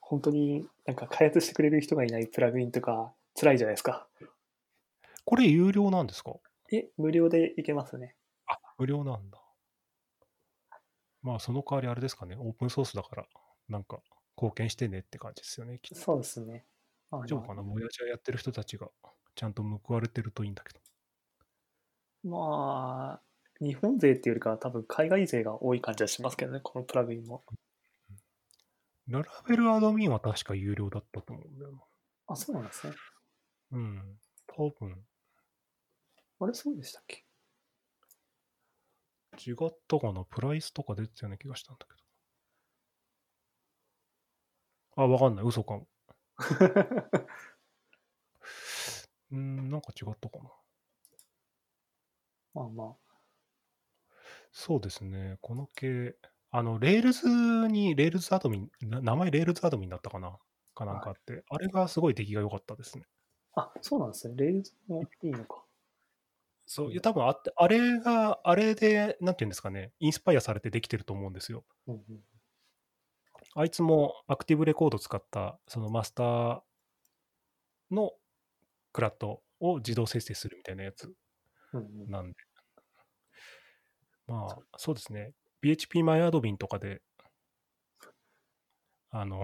本当になんか開発してくれる人がいないプラグインとか、辛いじゃないですか。これ有料なんですかえ、無料でいけますね。あ、無料なんだ。まあ、その代わりあれですかね。オープンソースだから、なんか、貢献してねって感じですよね。きっとそうですね。まあ大丈夫かなボヤージャーやってる人たちが、ちゃんと報われてるといいんだけど。まあ、日本勢っていうよりかは多分海外勢が多い感じはしますけどね、このプラグインも。ララベルアドミンは確か有料だったと思うんだよな。あ、そうなんですね。うん。多分、あれ、そうでしたっけ 違ったかなプライスとか出てたような気がしたんだけど。あ、わかんない。嘘かも。うーん、なんか違ったかな。まあまそうですね。この系、あの、レールズに、レールズアドミン、な名前レールズアドミンだったかなかなんかあって、あれがすごい出来が良かったですね。あ。あ、そうなんですね。レールズもいいのか。そう、いや、多分あって、あれが、あれで、なんていうんですかね、インスパイアされてできてると思うんですよ。うんうん、あいつもアクティブレコード使ったそのマスターのクラットを自動生成するみたいなやつうんうん、なんで。まあ、そうですね。PHP マイアドビンとかで、あ の、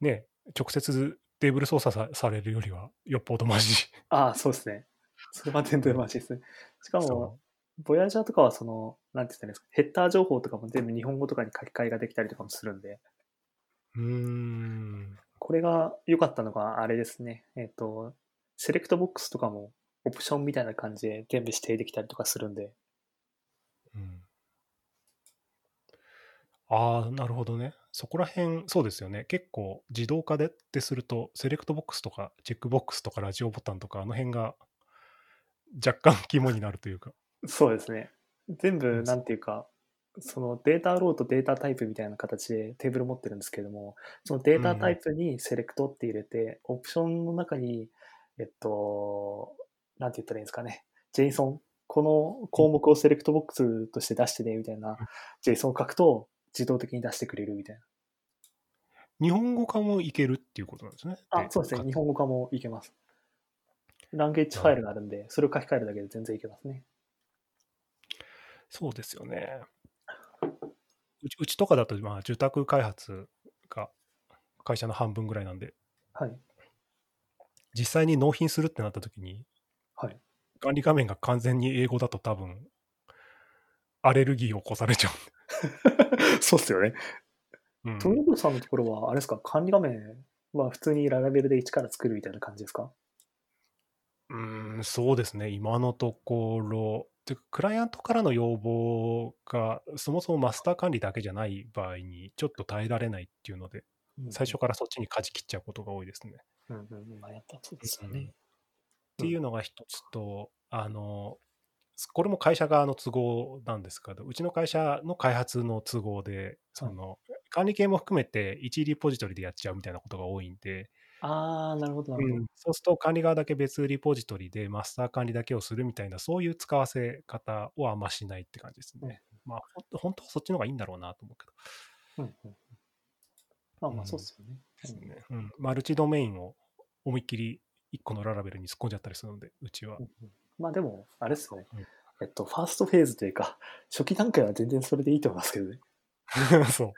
ね、直接テーブル操作さされるよりはよっぽどマジ。ああ、そうですね。それは全然マジですね。しかもそ、ボヤージャーとかはその、なんて言ったらいいんですか、ヘッダー情報とかも全部日本語とかに書き換えができたりとかもするんで、ううーん。これが良かったのがあれですね。えっ、と、セレクトボックスとかもオプションみたいな感じで全部指定できたりとかするんで、うんああ、なるほどね。そこら辺、そうですよね。結構自動化でってすると、セレクトボックスとか、チェックボックスとか、ラジオボタンとか、あの辺が若干肝になるというか。そうですね。全う部、んなんていうか、そのデータローとデータタイプみたいな形でテーブル持ってるんですけれども、そのデータタイプにセレクトって入れて、オプションの中に、えっと、なんて言ったらいいんですかね、JSON、この項目をセレクトボックスとして出してね、みたいな JSON を書くと、自動的に出してくれるみたいな。日本語化もいけるっていうことなんですね。あ、そうですね。日か本語化もいけます。ランゲージファイルがあるんで、それを書き換えるだけで全然いけますね。そうですよね。うちうちとかだと、まあ、住宅開発が会社の半分ぐらいなんで、はい。実際に納品するってなった時に、はい管理画面が完全に英語だと多分アレルギーを起こされちゃそうっすよね。う。うんトヨドさんのところは、あれですか、管理画面は普通にララベルで一から作るみたいな感じですかうーん、そうですね、今のところ、てかクライアントからの要望が、そもそもマスター管理だけじゃない場合に、ちょっと耐えられないっていうので、最初からそっちに舵切っちゃうことが多いですね。っら。うんうんうん、まあやっぱそうですそうよねね。ていうのが一つと、あの、これも会社側の都合なんですけど、うちの会社の開発の都合で、その、管理系も含めて1リポジトリでやっちゃうみたいなことが多いんで、あー、なるほど、なるほど。そうすると管理側だけ別リポジトリでマスター管理だけをするみたいな、そういう使わせ方をあんましないって感じですね。まあ、ほん本当はそっちの方がいいんだろうなと思うけど。うんうんうんまあまうあんそうっすよね。うんうん、マルチドメインを思いっきり1個のララベルに突っ込んじゃったりするので、うちは。まあでも、あれっすねうん。えっと、ファーストフェーズというか、初期段階は全然それでいいと思いますけどね。 そ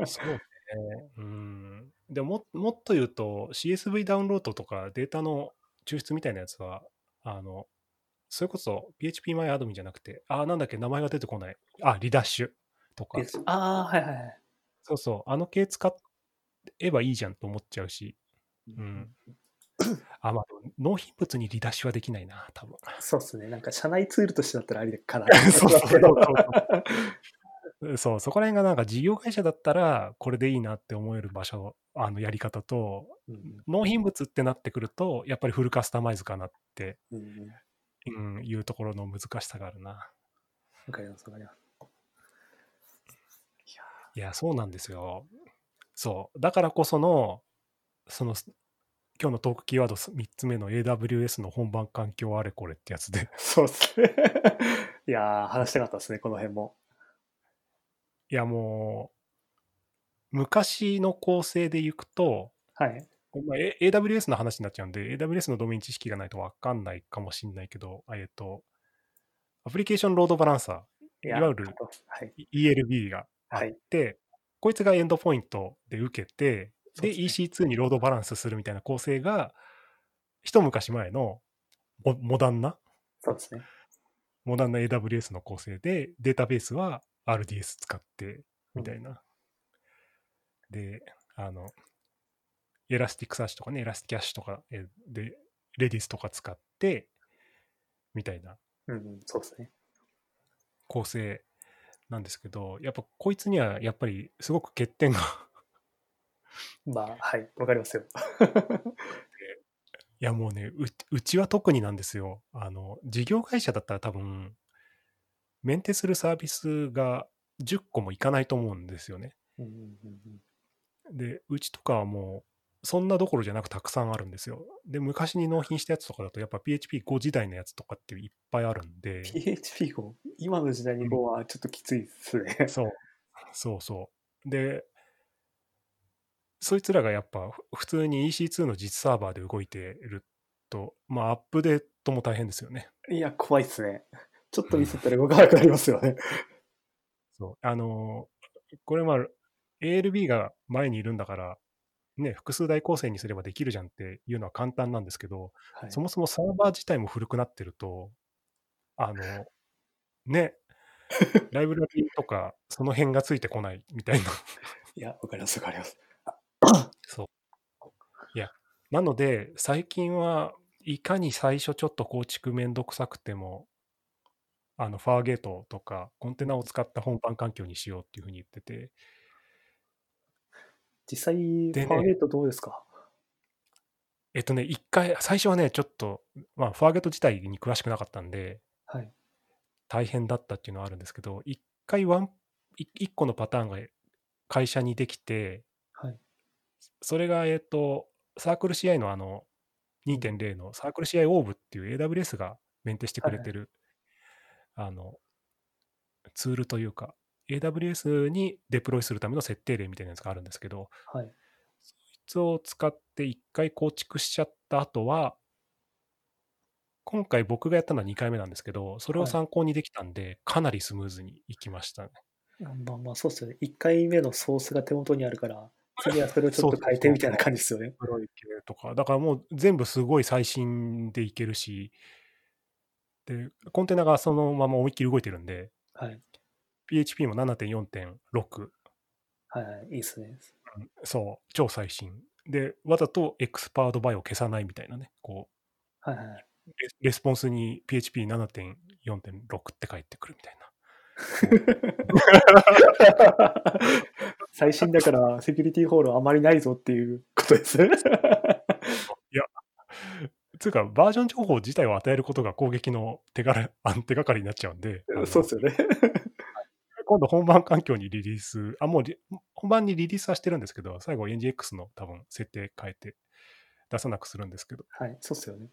う。そうね。うん。でも、もっと言うと、CSV ダウンロードとかデータの抽出みたいなやつは、あの、それこそ PHPMyAdmin じゃなくて、あ、なんだっけ、名前が出てこない。あ、リダッシュとか。ああ、はいはいはい。そうそう、あの系使えばいいじゃんと思っちゃうし、うん。あ、まあ、でも納品物に離脱しはできないな、多分。。そうっすね。なんか、社内ツールとしてだったらありかな そうそうそうそう。そう、そこら辺がなんか事業会社だったら、これでいいなって思える場所、あのやり方と、うん納品物ってなってくると、やっぱりフルカスタマイズかなって、うんうんわうん、いうところの難しさがあるな。かります、わかります。いやいや、そうなんですよ。そう。だからこその、その、す今日のトークキーワード3つ目の AWS の本番環境あれこれってやつで、 ーそうっすね。 いやー話したかったですね、この辺も。いやもう、昔の構成でいくと、はい。まあ、A- AWS の話になっちゃうんで、AWS のドメイン知識がないと分かんないかもしれないけど、えっと、アプリケーションロードバランサいやいわゆるはい。ー、E- ELB があはっい。て、こいつがエンドポイントで受けて、そうで、ですね EC2 にロードバランスするみたいな構成が、一昔前のモモダンな、そうですね。モダンな AWS の構成で、データベースは RDS 使って、みたいな。で、あの、エラスティックサーチとかね、エラスティキャッシュとか、えで、レディスとか使って、みたいなうんうん、そうですね。構成なんですけど、やっぱこいつにはやっぱりすごく欠点がまあ、はい。わかりますよ。 いやもうねう、うちは特になんですよ。あの、事業会社だったら多分、メンテするサービスが10個もいかないと思うんですよね。うんうんうんうんで、うちとかはもう、そんなどころじゃなくたくさんあるんですよ。で、昔に納品したやつとかだと、やっぱ PHP5 時代のやつとかっていっぱいあるんで、 PHP 語、今の時代に語はちょっときついですね。 そう、そうそう。で、そいつらがやっぱ、ふ普通に EC2 の実サーバーで動いてると、まあ、アップデートも大変ですよね。いや、怖いですね。ちょっとミスったら動かなくなりますよ ね。そう。あのーこれまあ、ALB が前にいるんだから、ね、複数台構成にすればできるじゃんっていうのは簡単なんですけど、はいそもそもサーバー自体も古くなってると、あの、ね、 ライブラリとか、その辺がついてこないみたいな。 いや、わかります、わかります。そう。いや、なので、最近はいかに最初ちょっと構築めんどくさくても、あの、ファーゲートとか、コンテナを使った本番環境にしようっていうふうに言ってて、実際、でねファーゲートどうですかえっとね、一回、最初はね、ちょっと、まあ、ファーゲート自体に詳しくなかったんで、はい。大変だったっていうのはあるんですけど、一回ワン、い一個のパターンが会社にできて、はい。それが、えっと、サークル CI のあの、2.0のサークル CI オーブっていう AWS がメンテしてくれてる、あの、ツールというか、AWS にデプロイするための設定例みたいなやつがあるんですけど、はい。そいつを使って一回構築しちゃった後は、今回僕がやったのは2回目なんですけど、それをはい参考にできたんで、かなりスムーズにいきましたね。まあまあ、そうですよね。1回目のソースが手元にあるから、次はそれをちょっと変えてみたいな感じですよね。プロイ系とか、だからもう全部すごい最新でいけるし、で、コンテナがそのまま思いっきり動いてるんで、はい。 PHP も7.4.6、はいはい、いいですね。そう、超最新。で、わざとエクスパードバイを消さないみたいなね、こは いはい。う、レレスポンスに PHP7.4.6 って返ってくるみたいな。最新だからセキュリティホールあまりないぞっていうことです。 つうか、バージョン情報自体を与えることが攻撃の手が あの手がかりになっちゃうんで、あのそうですよね。今度本番環境にリリース、あ、もうリ本番にリリースはしてるんですけど、最後 NGX の多分設定変えて出さなくするんですけど、はい、そうですよね。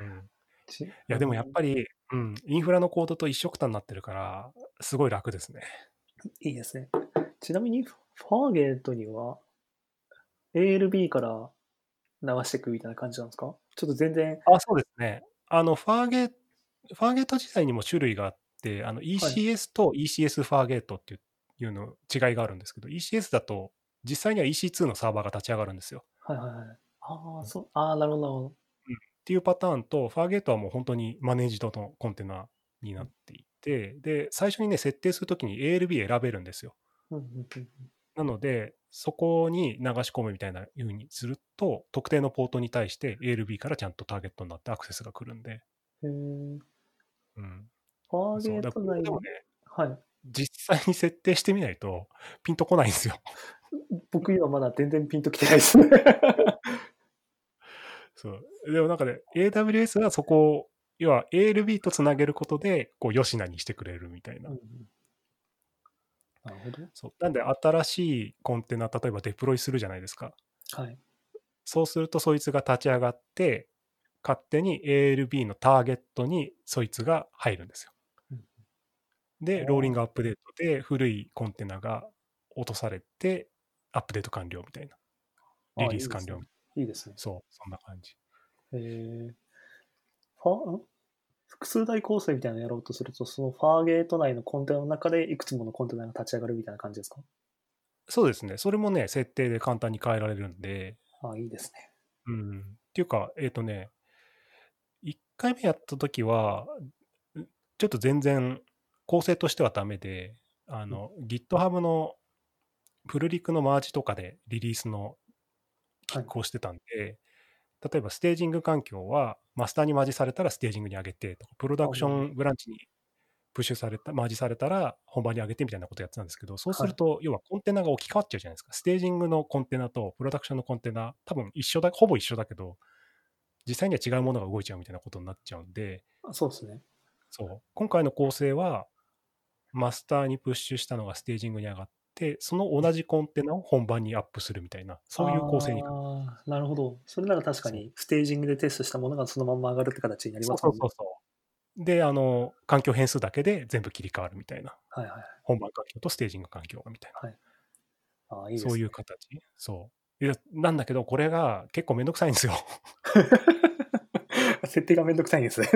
うん、ちいいや、でもやっぱり、うん、インフラのコードと一緒くたになってるから、すごい楽ですね。いいですね。ちなみに、ファーゲートには ALB から流していくみたいな感じなんですかちょっと全然、あ、そうですね。あの、ファーゲート、ファーゲート自体にも種類があって、あの、ECS と ECS ファーゲートっていう,、いうの違いがあるんですけど、ECS だと、実際には EC2 のサーバーが立ち上がるんですよ。はいはいはい。ああ、そう、ああ、なるほどなるほど。っていうパターンと、ファーゲートはもう本当にマネージドのコンテナになっていて、で、最初にね、設定するときに ALB 選べるんですよ。うんうんうんなので、そこに流し込むみたいな風にすると、特定のポートに対して ALB からちゃんとターゲットになってアクセスが来るんで、うんへえうん。ファーそゲうーだトからで内にもね、はい。実際に設定してみないと、ピンとこないんですよ。 僕今まだ全然ピンときてないですね。そう。でもなんかね、AWS はそこを、要は ALB とつなげることで、こう、よしなにしてくれるみたいな。なるほそう。なんで、新しいコンテナ、例えばデプロイするじゃないですか。ど。はい。そうすると、そいつが立ち上がって、勝手に ALB のターゲットにそいつが入るんですようん。で、おーローリングアップデートで古いコンテナが落とされて、アップデート完了みたいな。あリリース完了。いいですね。そう、そんな感じ。いいですねへえファん複数台構成みたいなのやろうとすると、そのファーゲート内のコンテナの中でいくつものコンテナが立ち上がるみたいな感じですかそうですね。それもね、設定で簡単に変えられるんで、ああ、いいですね。うん。っていうか、えっ、とね、1回目やったときは、ちょっと全然構成としてはダメで、あの、GitHub のプルリクのマージとかでリリースのはい拮抗してたんで、例えばステージング環境はマスターにマージされたらステージングに上げてとか、プロダクションブランチにプッシュされた、マージされたら本番に上げてみたいなことやってたんですけど、そうすると、要はコンテナが置き換わっちゃうじゃないですか。ステージングのコンテナとプロダクションのコンテナ、多分一緒だ、ほぼ一緒だけど、実際には違うものが動いちゃうみたいなことになっちゃうんで、あそうですね。そう今回の構成は、マスターにプッシュしたのがステージングに上がって、その同じコンテナを本番にアップするみたいな、そういう構成に。ああ、なるほど。それなら確かに、ステージングでテストしたものがそのまま上がるって形になりそまうすそもうんねそうそう。で、あの、環境変数だけで全部切り替わるみたいな、はいはい。本番環境とステージング環境がみたいな。ああ、いいですね。そういう形そう。いや、なんだけど、これが結構めんどくさいんですよ。 設定がめんどくさいんですね。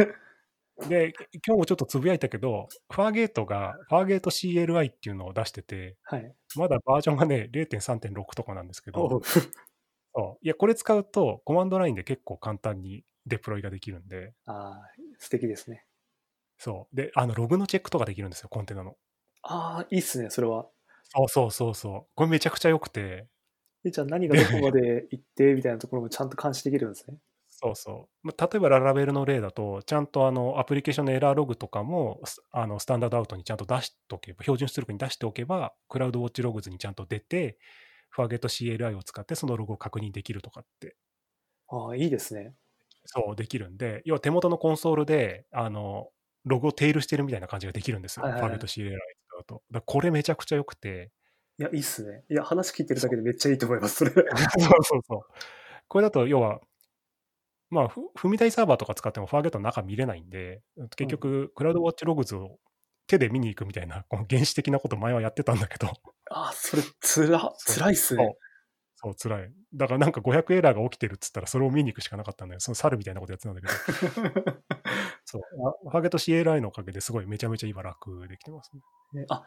で、今日もちょっとつぶやいたけど、ファーゲートが、ファーゲート CLI っていうのを出してて、はい。まだバージョンがね、0.3.6とかなんですけおどう、 そういや、これ使うと、コマンドラインで結構簡単にデプロイができるんで、ああ、素敵ですね。そう。で、あの、ログのチェックとかできるんですよ、コンテナの。ああ、いいっすね、それは。そうそうそうそう。これめちゃくちゃ良くて、えじゃあ何がどこまで行ってみたいなところもちゃんと監視できるんですね。そうそう。まあ例えば、ララベルの例だと、ちゃんとあの、アプリケーションのエラーログとかも、スあの、スタンダードアウトにちゃんと出しておけば、標準出力に出しておけば、クラウドウォッチログズにちゃんと出て、ファーゲット CLI を使ってそのログを確認できるとかって、ああ、いいですね。そう、できるんで、要は手元のコンソールで、あの、ログをテールしてるみたいな感じができるんですよ。はいはいはいファーゲット CLI 使うと。だからこれめちゃくちゃ良く て、いや、いいっすね。いや、話聞いてるだけでめっちゃいいと思います、それ。そうそうそう。これだと、要は、まあ、ふ踏み台サーバーとか使ってもファーゲットの中見れないんで、結局、クラウドウォッチログズを手で見に行くみたいな、この原始的なこと前はやってたんだけど、 ああ、それ、つら、そうつらいっすね。そう、辛い。だからなんか500エラーが起きてるっつったら、それを見に行くしかなかったんだよ。その猿みたいなことやってたんだけど、そう。あファーゲット CLI のおかげですごいめちゃめちゃ今楽できてますね。 ねあ、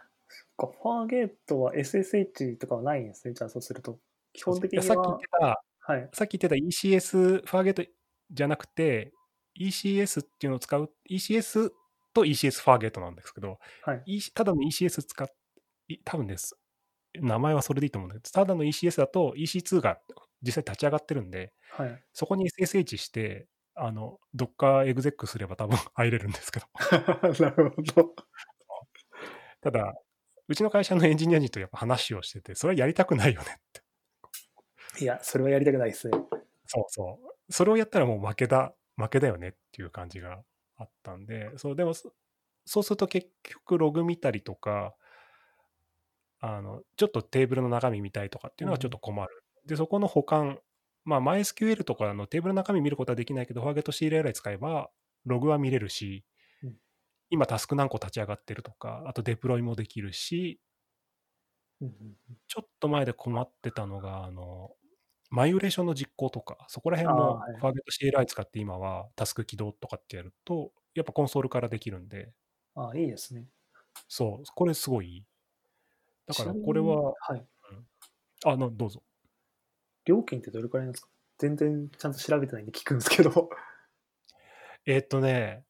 そっか、ファーゲートは SSH とかはないんですね。じゃあ、そうすると。基本的にいやさっき言っはて、た、はい。さっき言ってた ECS、ファーゲートじゃなくて、ECS っていうのを使う、ECS と ECS ファーゲートなんですけど、はい EC ただの ECS 使っい多分です、名前はそれでいいと思うんだけど、ただの ECS だと EC2 が実際立ち上がってるんで、 はい。そこに SSH して、あの、Docker エグゼックすれば多分入れるんですけど、なるほど。ただ、うちの会社のエンジニア人とやっぱ話をしてて、それはやりたくないよねって。いや、それはやりたくないですね。そうそう。それをやったらもう負けだ、負けだよねっていう感じがあったんで、そう、でもそ、そうすると結局ログ見たりとか、あの、ちょっとテーブルの中身見たいとかっていうのはちょっと困る。で、そこの保管、まあ、MySQL とかのテーブルの中身見ることはできないけど、ファーゲット CLI 使えば、ログは見れるしうん、今タスク何個立ち上がってるとか、あとデプロイもできるし、うんうんちょっと前で困ってたのが、あの、マイグレーションの実行とか、そこら辺あもーはいファーゲット CLI 使って今はタスク起動とかってやると、やっぱコンソールからできるんで、ああ、いいですね。そう、これすごいいい。だからこれちなみには、はい。あの、どうぞ。料金ってどれくらいなんですか全然ちゃんと調べてないんで聞くんですけど。えーっとね、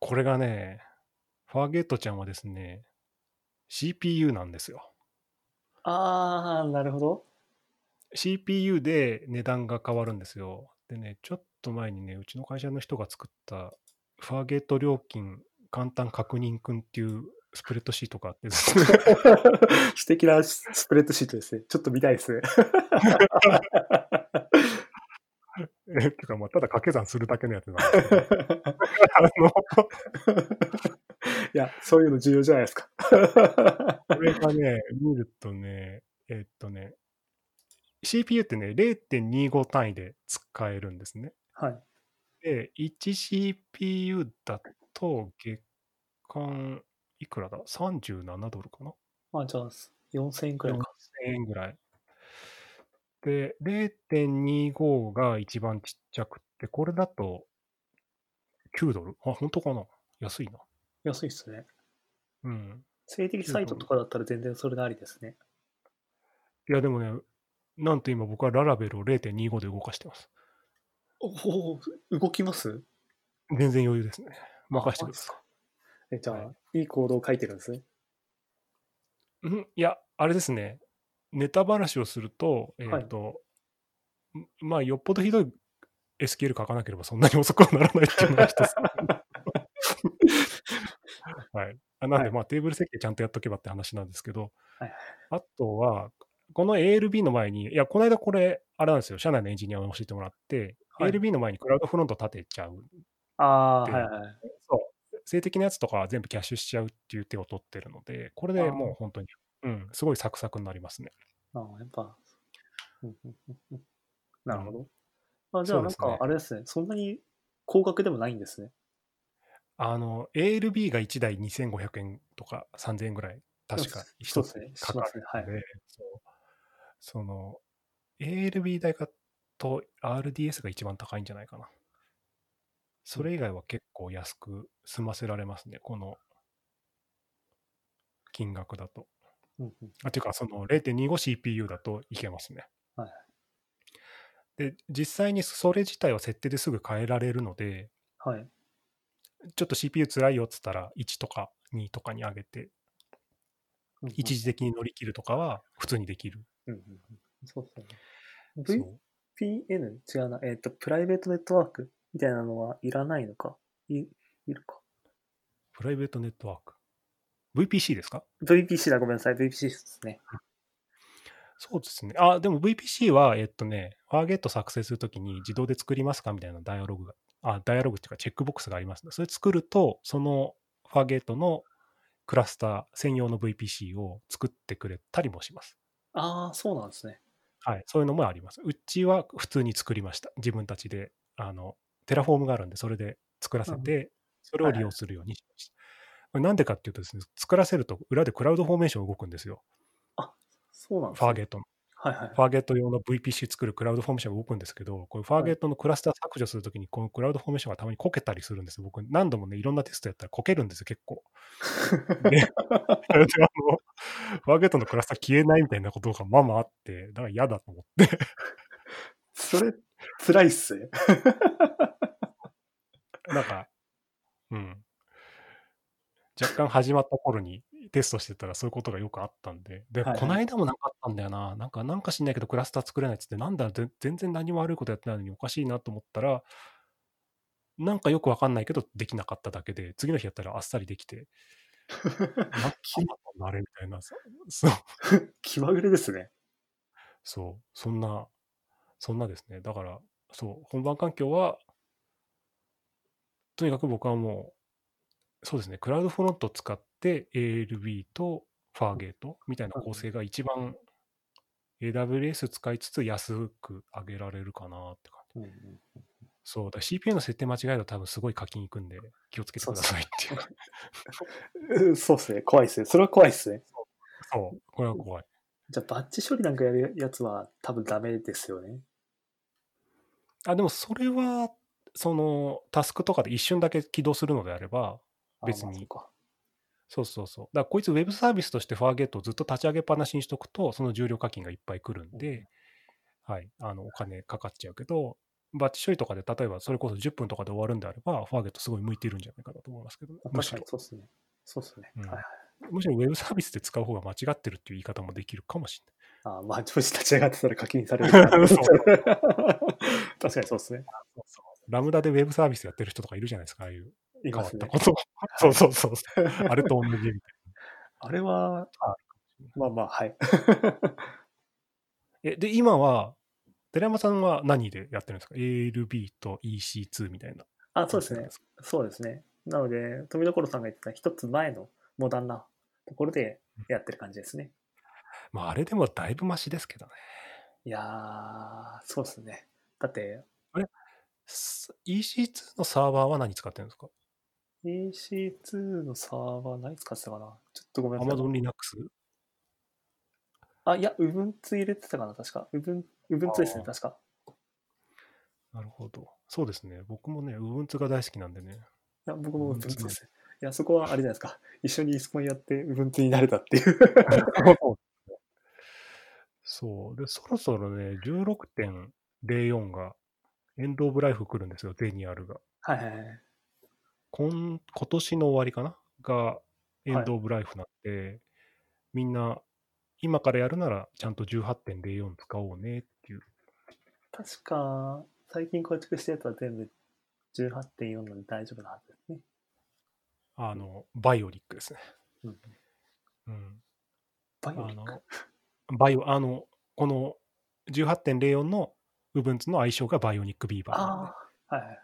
これがね、ファーゲットちゃんはですね、CPU なんですよ。ああ、なるほど。 CPU で値段が変わるんですよ。でね、ちょっと前にね、うちの会社の人が作った、ファーゲート料金簡単確認くんっていうスプレッドシートがあって、 ずっと 素敵なススプレッドシートですね。ちょっと見たいですね。 えてかまあただ掛け算するだけのやつなん ですけどあの、いや、そういうの重要じゃないですか。これがね、見るとね、えっとね、CPU ってね、0.25単位で使えるんですね。 はい。で、1CPU だと月間いくらだ ?37 ドルかなまあ、じゃあ、4000円くらいか。 1000円ぐらい。で、0.25が一番ちっちゃくて、これだと9ドル。あ、本当かな安いな。安いですね。うん。性的サイトとかだったら全然それでありですね。いや、でもね、なんと今僕はララベルを0.25で動かしてます。おお、動きます全然余裕ですね。任してくださえ、じゃあ、、はいい行動を書いてるんですね。い。うん、いや、あれですね。ネタばらしをすると、えっ、と、んまあ、よっぽどひどい SQL 書かなければそんなに遅くはならないっていうのが 一つ。はい、あなんはで、いまあ、テーブル設計ちゃんとやっとけばって話なんですけど、はいあとは、この ALB の前に、いや、この間これ、あれなんですよ、社内のエンジニアに教えてもらって、はい ALB の前にクラウドフロント立てちゃう、ああでー、はいはい。そう、性的なやつとかは全部キャッシュしちゃうっていう手を取ってるので、これでもう本当に、うん、すごいサクサクになりますね。ああ、やっぱ。うんうんうんうんなるほど。あじゃそあ、うなでんすねか、あれですね。そんなに高額でもないんですね。あの、ALB が1台2500円とか3000円ぐらい、確かそう一ですつね。かしかまするね。はい。ので、そうその、ALB 代がと RDS が一番高いんじゃないかな。それ以外は結構安く済ませられますね、この金額だと。うんうんあ、ていうか、その 0.25CPU だといけますね。はいで、実際にそれ自体は設定ですぐ変えられるので、はい。ちょっと CPU つらいよっつったら、1とか2とかに上げて、うんうん一時的に乗り切るとかは普通にできる。うんうんうんそうですそようね。VPN? 違うな。えっ、と、プライベートネットワークみたいなのはいらないのか。いいるか。プライベートネットワーク。VPC ですか VPC だ、ごめんなさい。VPC ですね。そうですね。あ、でも VPC は、えっとね、ファーゲット作成するときに自動で作りますかみたいなダイアログが、あ、ダイアログっていうかチェックボックスがあります、ね。それ作ると、そのファーゲットのクラスター専用の VPC を作ってくれたりもします。ああ、そうなんですね。はい。そういうのもあります。うちは普通に作りました。自分たちで、あの、テラフォームがあるんで、それで作らせて、それを利用するようにしました。これなんでかっていうとですね、作らせると裏でクラウドフォーメーション動くんですよ。そうなんです、ファーゲットの。はいはい。ファーゲット用の VPC 作るクラウドフォーメーションが動くんですけど、これファーゲットのクラスター削除するときに、このクラウドフォーメーションがたまにこけたりするんですよ。僕、何度もね、いろんなテストやったらこけるんですよ、結構。 であのファーゲットのクラスター消えないみたいなことがまあまああって、だから嫌だと思って。それ、辛いっすね。なんか、うん。若干始まった頃にテストしてたらそういうことがよくあったんで、で、はいはいこの間もなんかあったんだよな、なんか、なんか知んないけどクラスター作れないっつって、なんだ、ぜ全然何も悪いことやってないのにおかしいなと思ったら、なんかよくわかんないけどできなかっただけで、次の日やったらあっさりでき て、なんかあったんだあれみたいな、そそう、気まぐれですね。そう、そんな、そんなですね。だから、そう、本番環境は、とにかく僕はもう、そうですね、クラウドフロントを使って ALB と Fargate みたいな構成が一番 AWS 使いつつ安く上げられるかなって感じ。うんうんそう、だから CPU の設定間違えると多分すごい課金いくんで気をつけてくださいっていう。うんそうですね。怖いですね。それは怖いですね。そう、これは怖い。じゃあ、バッチ処理なんかやるやつは多分ダメですよね。あ、でもそれは、そのタスクとかで一瞬だけ起動するのであれば、あ別にまあそそうかうそうそう。だからこいつウェブサービスとしてファーゲートをずっと立ち上げっぱなしにしとくと、その重量課金がいっぱい来るんで、はい、あのお金かかっちゃうけど、バッチ処理とかで、例えばそれこそ10分とかで終わるんであれば、ファーゲートすごい向いてるんじゃないかなと思いますけど、む確しかにろ、そうですね。そうですね。うんはいはい。むしろウェブサービスで使う方が間違ってるっていう言い方もできるかもしれああまあ、上司立ち上がってたら課金されるか ら。そう 確かにそうですね。ない。ラムダでウェブサービスやってる人とかいるじゃないですか、ああいうい変わまっすたね。ことを。そうそうそうそう。あれと 同じみたいな。あれは、 まあまあ、はい。 え、で、今は、寺山さんは何でやってるんですか ?ALB と EC2 みたいな。あ、そうですね。。そうですね。なので、富所さんが言ってた一つ前のモダンなところでやってる感じですね。まあ、あれでもだいぶマシですけどね。いやー、そうですね。だって、す EC2 のサーバーは何使ってるんですか EC2 のサーバー何使ってたかなちょっとごめんなさい。 ?Amazon Linux? あ、いや、Ubuntu 入れてたかな確か。Ubuntu Ubuntu ですね、あー確か。なるほど。そうですね。僕もね、Ubuntu が大好きなんでね。いや、僕も Ubuntu Ubuntu ですね。いや、そこはあれじゃないですか。一緒にイスコンやって Ubuntu になれたっていう。 そう。で、そろそろね、16.04が、エンド・オブ・ライフ来るんですよ、ゼニアルが。はいはいはい。今今年の終わりかながエンド・オブ・ライフなんで、みんな今からやるならちゃんと18.04使おうねっていう。確か、最近構築したやつは全部18.4なんで大丈夫なはずですね。あの、バイオリックですね。うん、うん。バイオあリック。の、バイオ、あの、この18.04の部分の相性がバイオニックビーバーなんでああ、はいはい。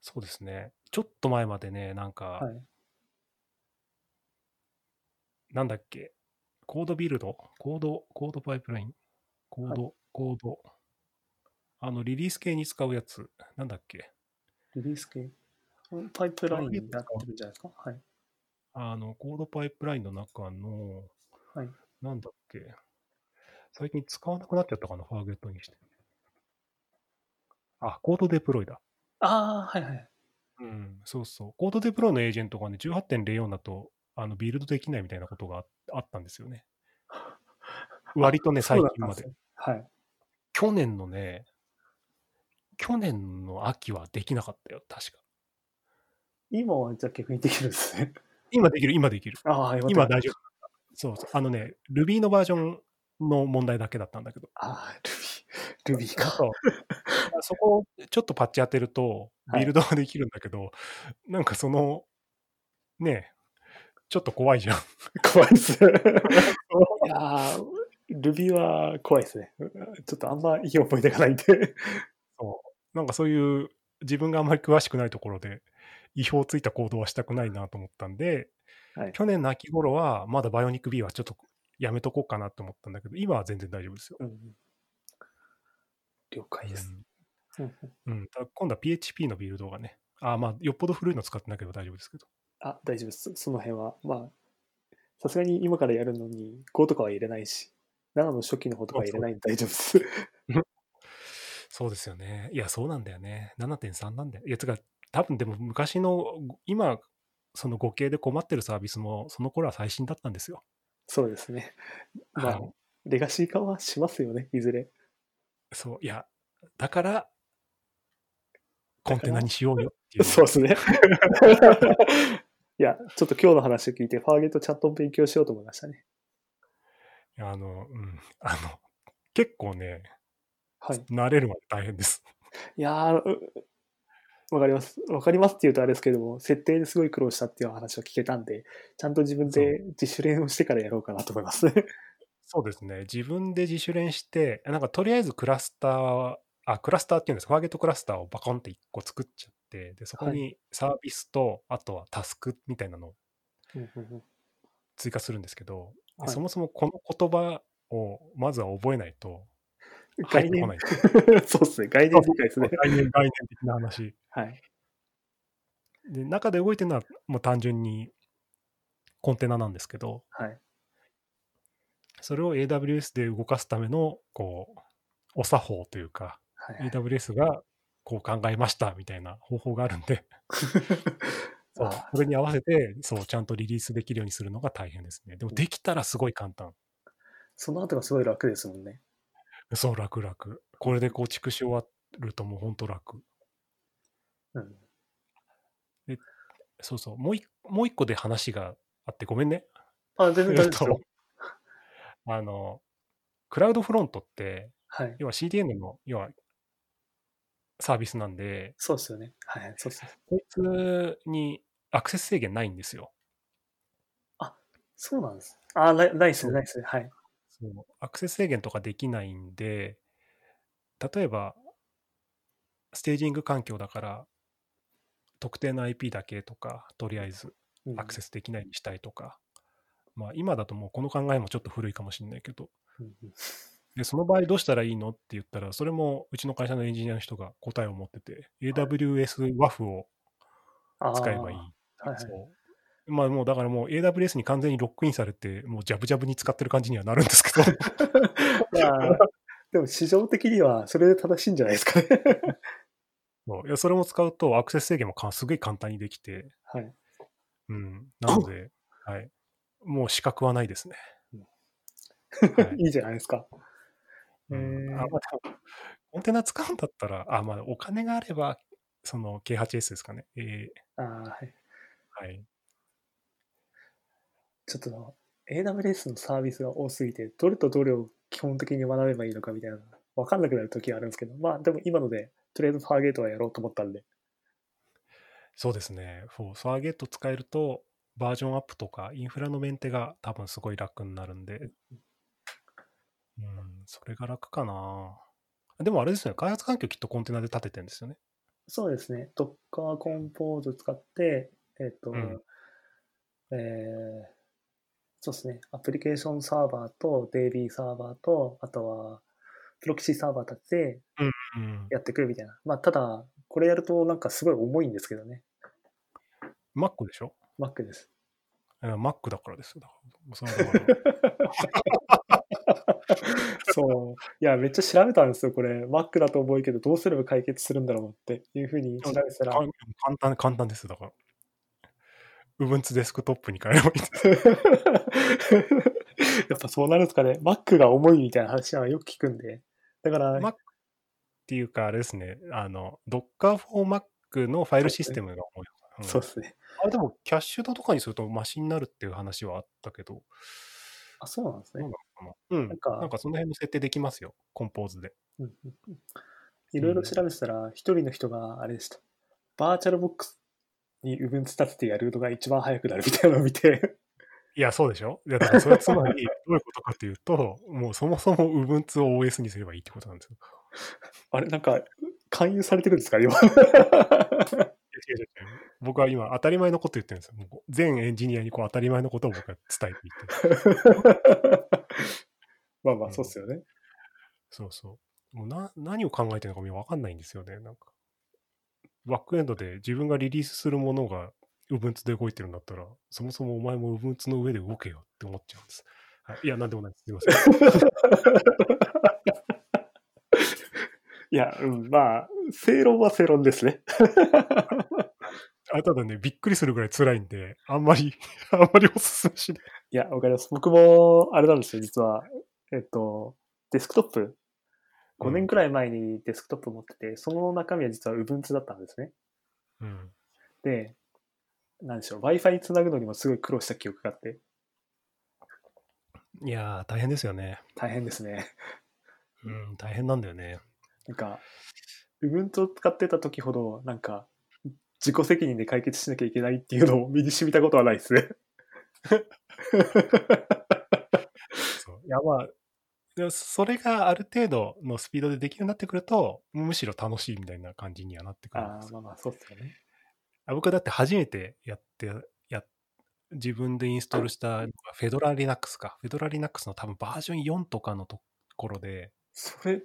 そうですね。ちょっと前までね、なんか、はい、なんだっけ、コードビルド、コード、コードパイプライン、コード、コード、あの、リリース系に使うやつ、なんだっけ、リリース系。パイプラインやってるんじゃないですか。はい。あの、コードパイプラインの中の、はいなんだっけ、最近使わなくなっちゃったかな、ファーゲットにして。あ、コードデプロイだ。ああ、はいはい。うん、そうそう。コードデプロイのエージェントがね、18.04だと、あの、ビルドできないみたいなことがああったんです よね。割とね、最近までそうだったんす。ね。はい。去年のね、去年の秋はできなかったよ、確か。今はじゃあ逆にできるんですね。今できる、今できる。ああ、よかった今大丈夫。そうそう。あのね、Ruby のバージョンの問題だけだったんだけ ど。ああ、ルビー。ルビーあか。とそこをちょっとパッチ当てると、はいビルドはできるんだけど、なんかその、ねえ、ちょっと怖いじゃん。怖いですね。いやールビーは怖いですね。ちょっとあんまいい思い出がないんで。なんかそういう自分があんまり詳しくないところで違法ついた行動はしたくないなと思ったんで、はい去年の秋頃はまだバイオニック B はちょっとやめとこうかなと思ったんだけど、今は全然大丈夫ですよ。うん了解です。うんうんうん、ただ今度は PHP のビルドがね、あまあよっぽど古いの使ってなければ大丈夫ですけど、あ、大丈夫です。その辺は。まあ、さすがに今からやるのに5とかは入れないし、7の初期の方とかは入れないんで大丈夫です。そうですよね。いや、そうなんだよね。7.3なんだよ。いや、つか、多分でも昔の、今、その語形で困ってるサービスも、その頃は最新だったんですよ。そうですね。まあはい、レガシー化はしますよね、いずれ。そう、いや、だから、コンテナにしようよっていう。 そうですね。いや、ちょっと今日の話を聞いて、ファーゲットチャットを勉強しようと思いましたね。あの、うん。あの、結構ね、はい。慣れるまで大変です。 いやー、うわかります。わかりますって言うとあれですけども、設定ですごい苦労したっていう話を聞けたんで、ちゃんと自分で自主練をしてからやろうかなと思いますね。そうですね。自分で自主練して、なんかとりあえずクラスターは、あ、クラスターっていうんですか、ファーゲットクラスターをバコンって1個作っちゃって、で、そこはいにサービスと、あとはタスクみたいなのをうんうんうん追加するんですけど、ではいそもそもこの言葉をまずは覚えないと入っ概てこ念 ない。そうですね。概念理解ですね。概念概念的な話。はい。で、中で動いてるのはもう単純にコンテナなんですけど、はい。それを AWS で動かすための、こう、お作法というか、はい AWS がこう考えましたみたいな方法があるんで、そうあそれに合わせて、そう、ちゃんとリリースできるようにするのが大変ですね。でも、できたらすごい簡単。その後がすごい楽ですもんね。そう、楽々。これで構築し終わるともう本当楽。うん。そうそう。もういもう一個で話があって、ごめんね。あ、全然大丈夫ですえっよと。 あの、クラウドフロントって、はい。要は CDN の、要は、サービスなんで、そうですよね。はい。そうですね。こいつにアクセス制限ないんですよ。そうなんです。あ、ないないですね。ないですね。はい。そうアクセス制限とかできないんで、例えば、ステージング環境だから、特定の IP だけとか、とりあえずうんアクセスできないようにしたいとか、まあ今だともうこの考えもちょっと古いかもしれないけど、うんうんでその場合どうしたらいいのって言ったら、それもうちの会社のエンジニアの人が答えを持ってて、AWS WAF をあー使えばいい。はいはいそうまあもうだからもう AWS に完全にロックインされて、もうジャブジャブに使ってる感じにはなるんです けど。まあ、でも市場的にはそれで正しいんじゃないです かね。そういやそれも使うと、アクセス制限もかすごい簡単にできて、はい。うん、なので、はい、もう資格はないです ね。はいいいじゃないですか。えうんあまあーでもコンテナ使うんだったら、あまあ、お金があれば、その K8S ですかね、えあーはいーはい。ちょっと AWS のサービスが多すぎて、どれとどれを基本的に学べばいいのかみたいな、わかんなくなる時があるんですけど、まあでも今ので、とりあえずファーゲートはやろうと思ったんで。そうですね、そう、サーゲット使えると、バージョンアップとか、インフラのメンテが多分すごい楽になるんで、うん、それが楽かな。でもあれですよね、開発環境きっとコンテナで立ててるんですよね。そうですね。Docker Compose 使って、えっ、と、うんえーそうですね。アプリケーションサーバーと DB サーバーと、あとは、プロキシサーバーたちでうん、やってくるみたいな。まあ、ただ、これやるとなんかすごい重いんですけどね。 Mac でしょ Mac です。うん Mac だからですよ。だからそれはだからそう。いや、めっちゃ調べたんですよ、これ。Mac だと思うけど、どうすれば解決するんだろうっていうふうに調べた らか、ん簡単、簡単ですよだから。部分つデスクトップに変えればいいんです。 やっぱそうなるんですかね。Mac が重いみたいな話はよく聞くんで。だから、 Mac っていうか、あれですね、あの、Docker for Mac のファイルシステムが重い。うんそうですね。あでも、キャッシュドとかにするとマシになるっていう話はあったけど、あ、そうなんですどうなねの。かなうん。ななんんかか、その辺の設定できますよ。コンポーズで。うんうんうんいろいろ調べてたら、一人の人があれでした。バーチャルボックスに Ubuntu 立ててやるのが一番早くなるみたいなのを見て、 いや、そうでしょいや、だからそれつ まり、どういうことかというと、もうそもそも Ubuntu を OS にすればいいってことなんですよ。あれ、なんか、勧誘されてるんですか、今。 違う違う違う僕は今、当たり前のこと言ってるんですよ。もう全エンジニアにこう当たり前のことを僕は伝えていて。まあまあ、そうっすよね。そうそう。もうな何を考えてるのかもわかんないんですよね。なんか。バックエンドで自分がリリースするものが Ubuntu で動いてるんだったら、そもそもお前も Ubuntu の上で動けよって思っちゃうんです。はい、いや、なんでもないです。すいません。 いや、うん、まあ、正論は正論です ね。あただね、びっくりするぐらい辛いんで、あんまり、あんまりおすすめしない。いや、わかります。僕も、あれなんですよ、実は。えっと、デスクトップ。5年くらい前にデスクトップ持ってて、その中身は実は Ubuntu だったんですね。うん。で、なんでしょう、Wi-Fi につなぐのにもすごい苦労した記憶があって、いやー、大変ですよね。大変ですね。うん、大変なんだよね。なんか、Ubuntu を使ってた時ほど、なんか、自己責任で解決しなきゃいけないっていうのを身に染みたことはないですね。そういや、まあ、でもそれがある程度のスピードでできるようになってくると、むしろ楽しいみたいな感じにはなってくるんあであ、すまあまあ、そうっすよね。あ僕だって初めてやって、やっ自分でインストールしたのがフェドラ Linux か。フェドラ Linux の多分バージョン4とかのところで、それ、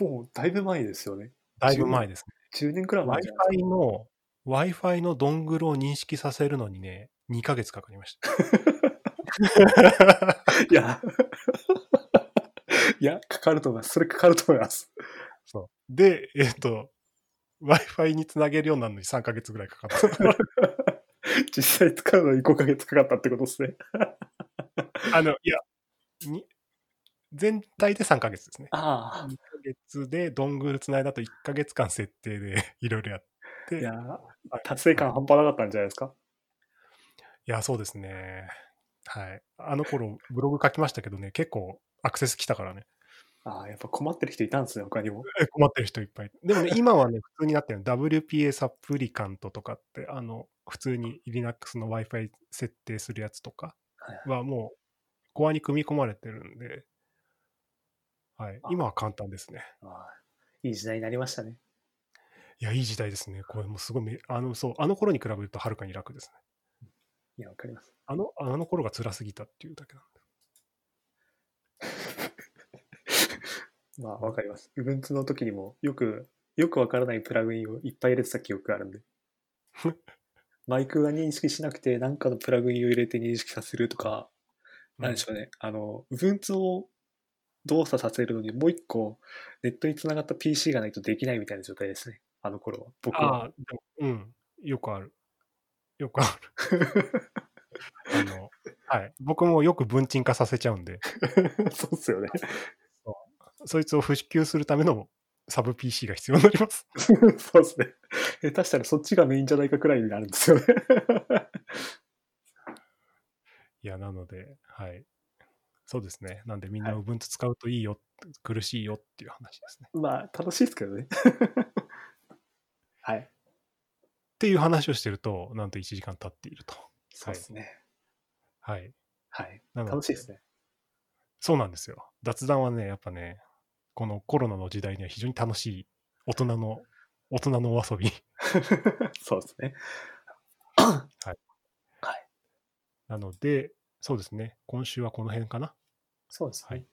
もうだいぶ前ですよね。だいぶ前ですね。 10年くらい前じゃない Wi-Fi の、Wi-Fi のドングルを認識させるのにね、2ヶ月かかりま した。いや、 いや、かかると思います。それかかると思います。 そうで、えっと、Wi-Fi につなげるようになるのに3ヶ月ぐらいかか った。実際使うのに5ヶ月かかったってことですね。あの、いや、に全体で3ヶ月ですね。あ1ヶ月でドングルつないだと1ヶ月間設定でいろいろやって。いやはい、達成感半端なかったんじゃないですか。いや、そうですね。はい。あの頃、ブログ書きましたけどね、結構アクセス来たからね、ああ、やっぱ困ってる人いたんですね、他にも。え困ってる人いっぱい。で もね、今はね、普通になってるの WPA サプリカントとかって、あの、普通に Linux の Wi-Fi 設定するやつとかはいはもう、コアに組み込まれてるんで、はいあ。今は簡単ですね。ああいい時代になりましたね。いや、いい時代ですね。これもうすごいめ、あの、そう、あの頃に比べるとはるかに楽ですね。いや、わかります。あの、あの頃が辛すぎたっていうだけなんで。まあ、わかります。Ubuntu の時にもよく、よくわからないプラグインをいっぱい入れてた記憶があるん で。マイクが認識しなくて、なんかのプラグインを入れて認識させるとか、なんでしょうね、あの、Ubuntu を動作させるのにもう一個、ネットにつながった PC がないとできないみたいな状態ですね、あの頃は。僕あは。あ、でも、うん、よくある。よくあ る。あの、はい。僕もよく文鎮化させちゃうんで、 そうっすよね。 そいつを普及するためのサブ PC が必要になります。そうっすね。下手したらそっちがメインじゃないかくらいになるんですよね。 いや、なので、はい。そうですね。なんで、みんなは Ubuntu 使うといいよ、苦しいよっていう話ですね。っまあ、楽しいですけどね。 はい。ていう話をしてると、なんと1時間経っていると。そうですね。はい。はい。なの楽しいですね。 そうなんですよ。雑談はね、やっぱね、このコロナの時代には非常に楽しい大人の、大人のお遊びそうですね。なので、そうですね、今週はこの辺かな。そうですはねい。。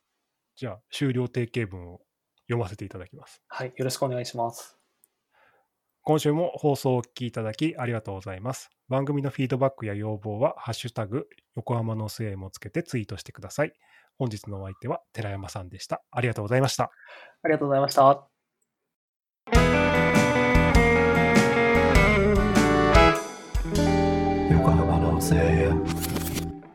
じゃあ、終了定型文を読ませていただきます。はい。よろしくお願いします。今週も放送をお聞きいただきありがとうございます。番組のフィードバックや要望は、ハッシュタグ、横浜の末もつけてツイートしてください。本日のお相手は寺山さんでした。ありがとうございました。ありがとうございました。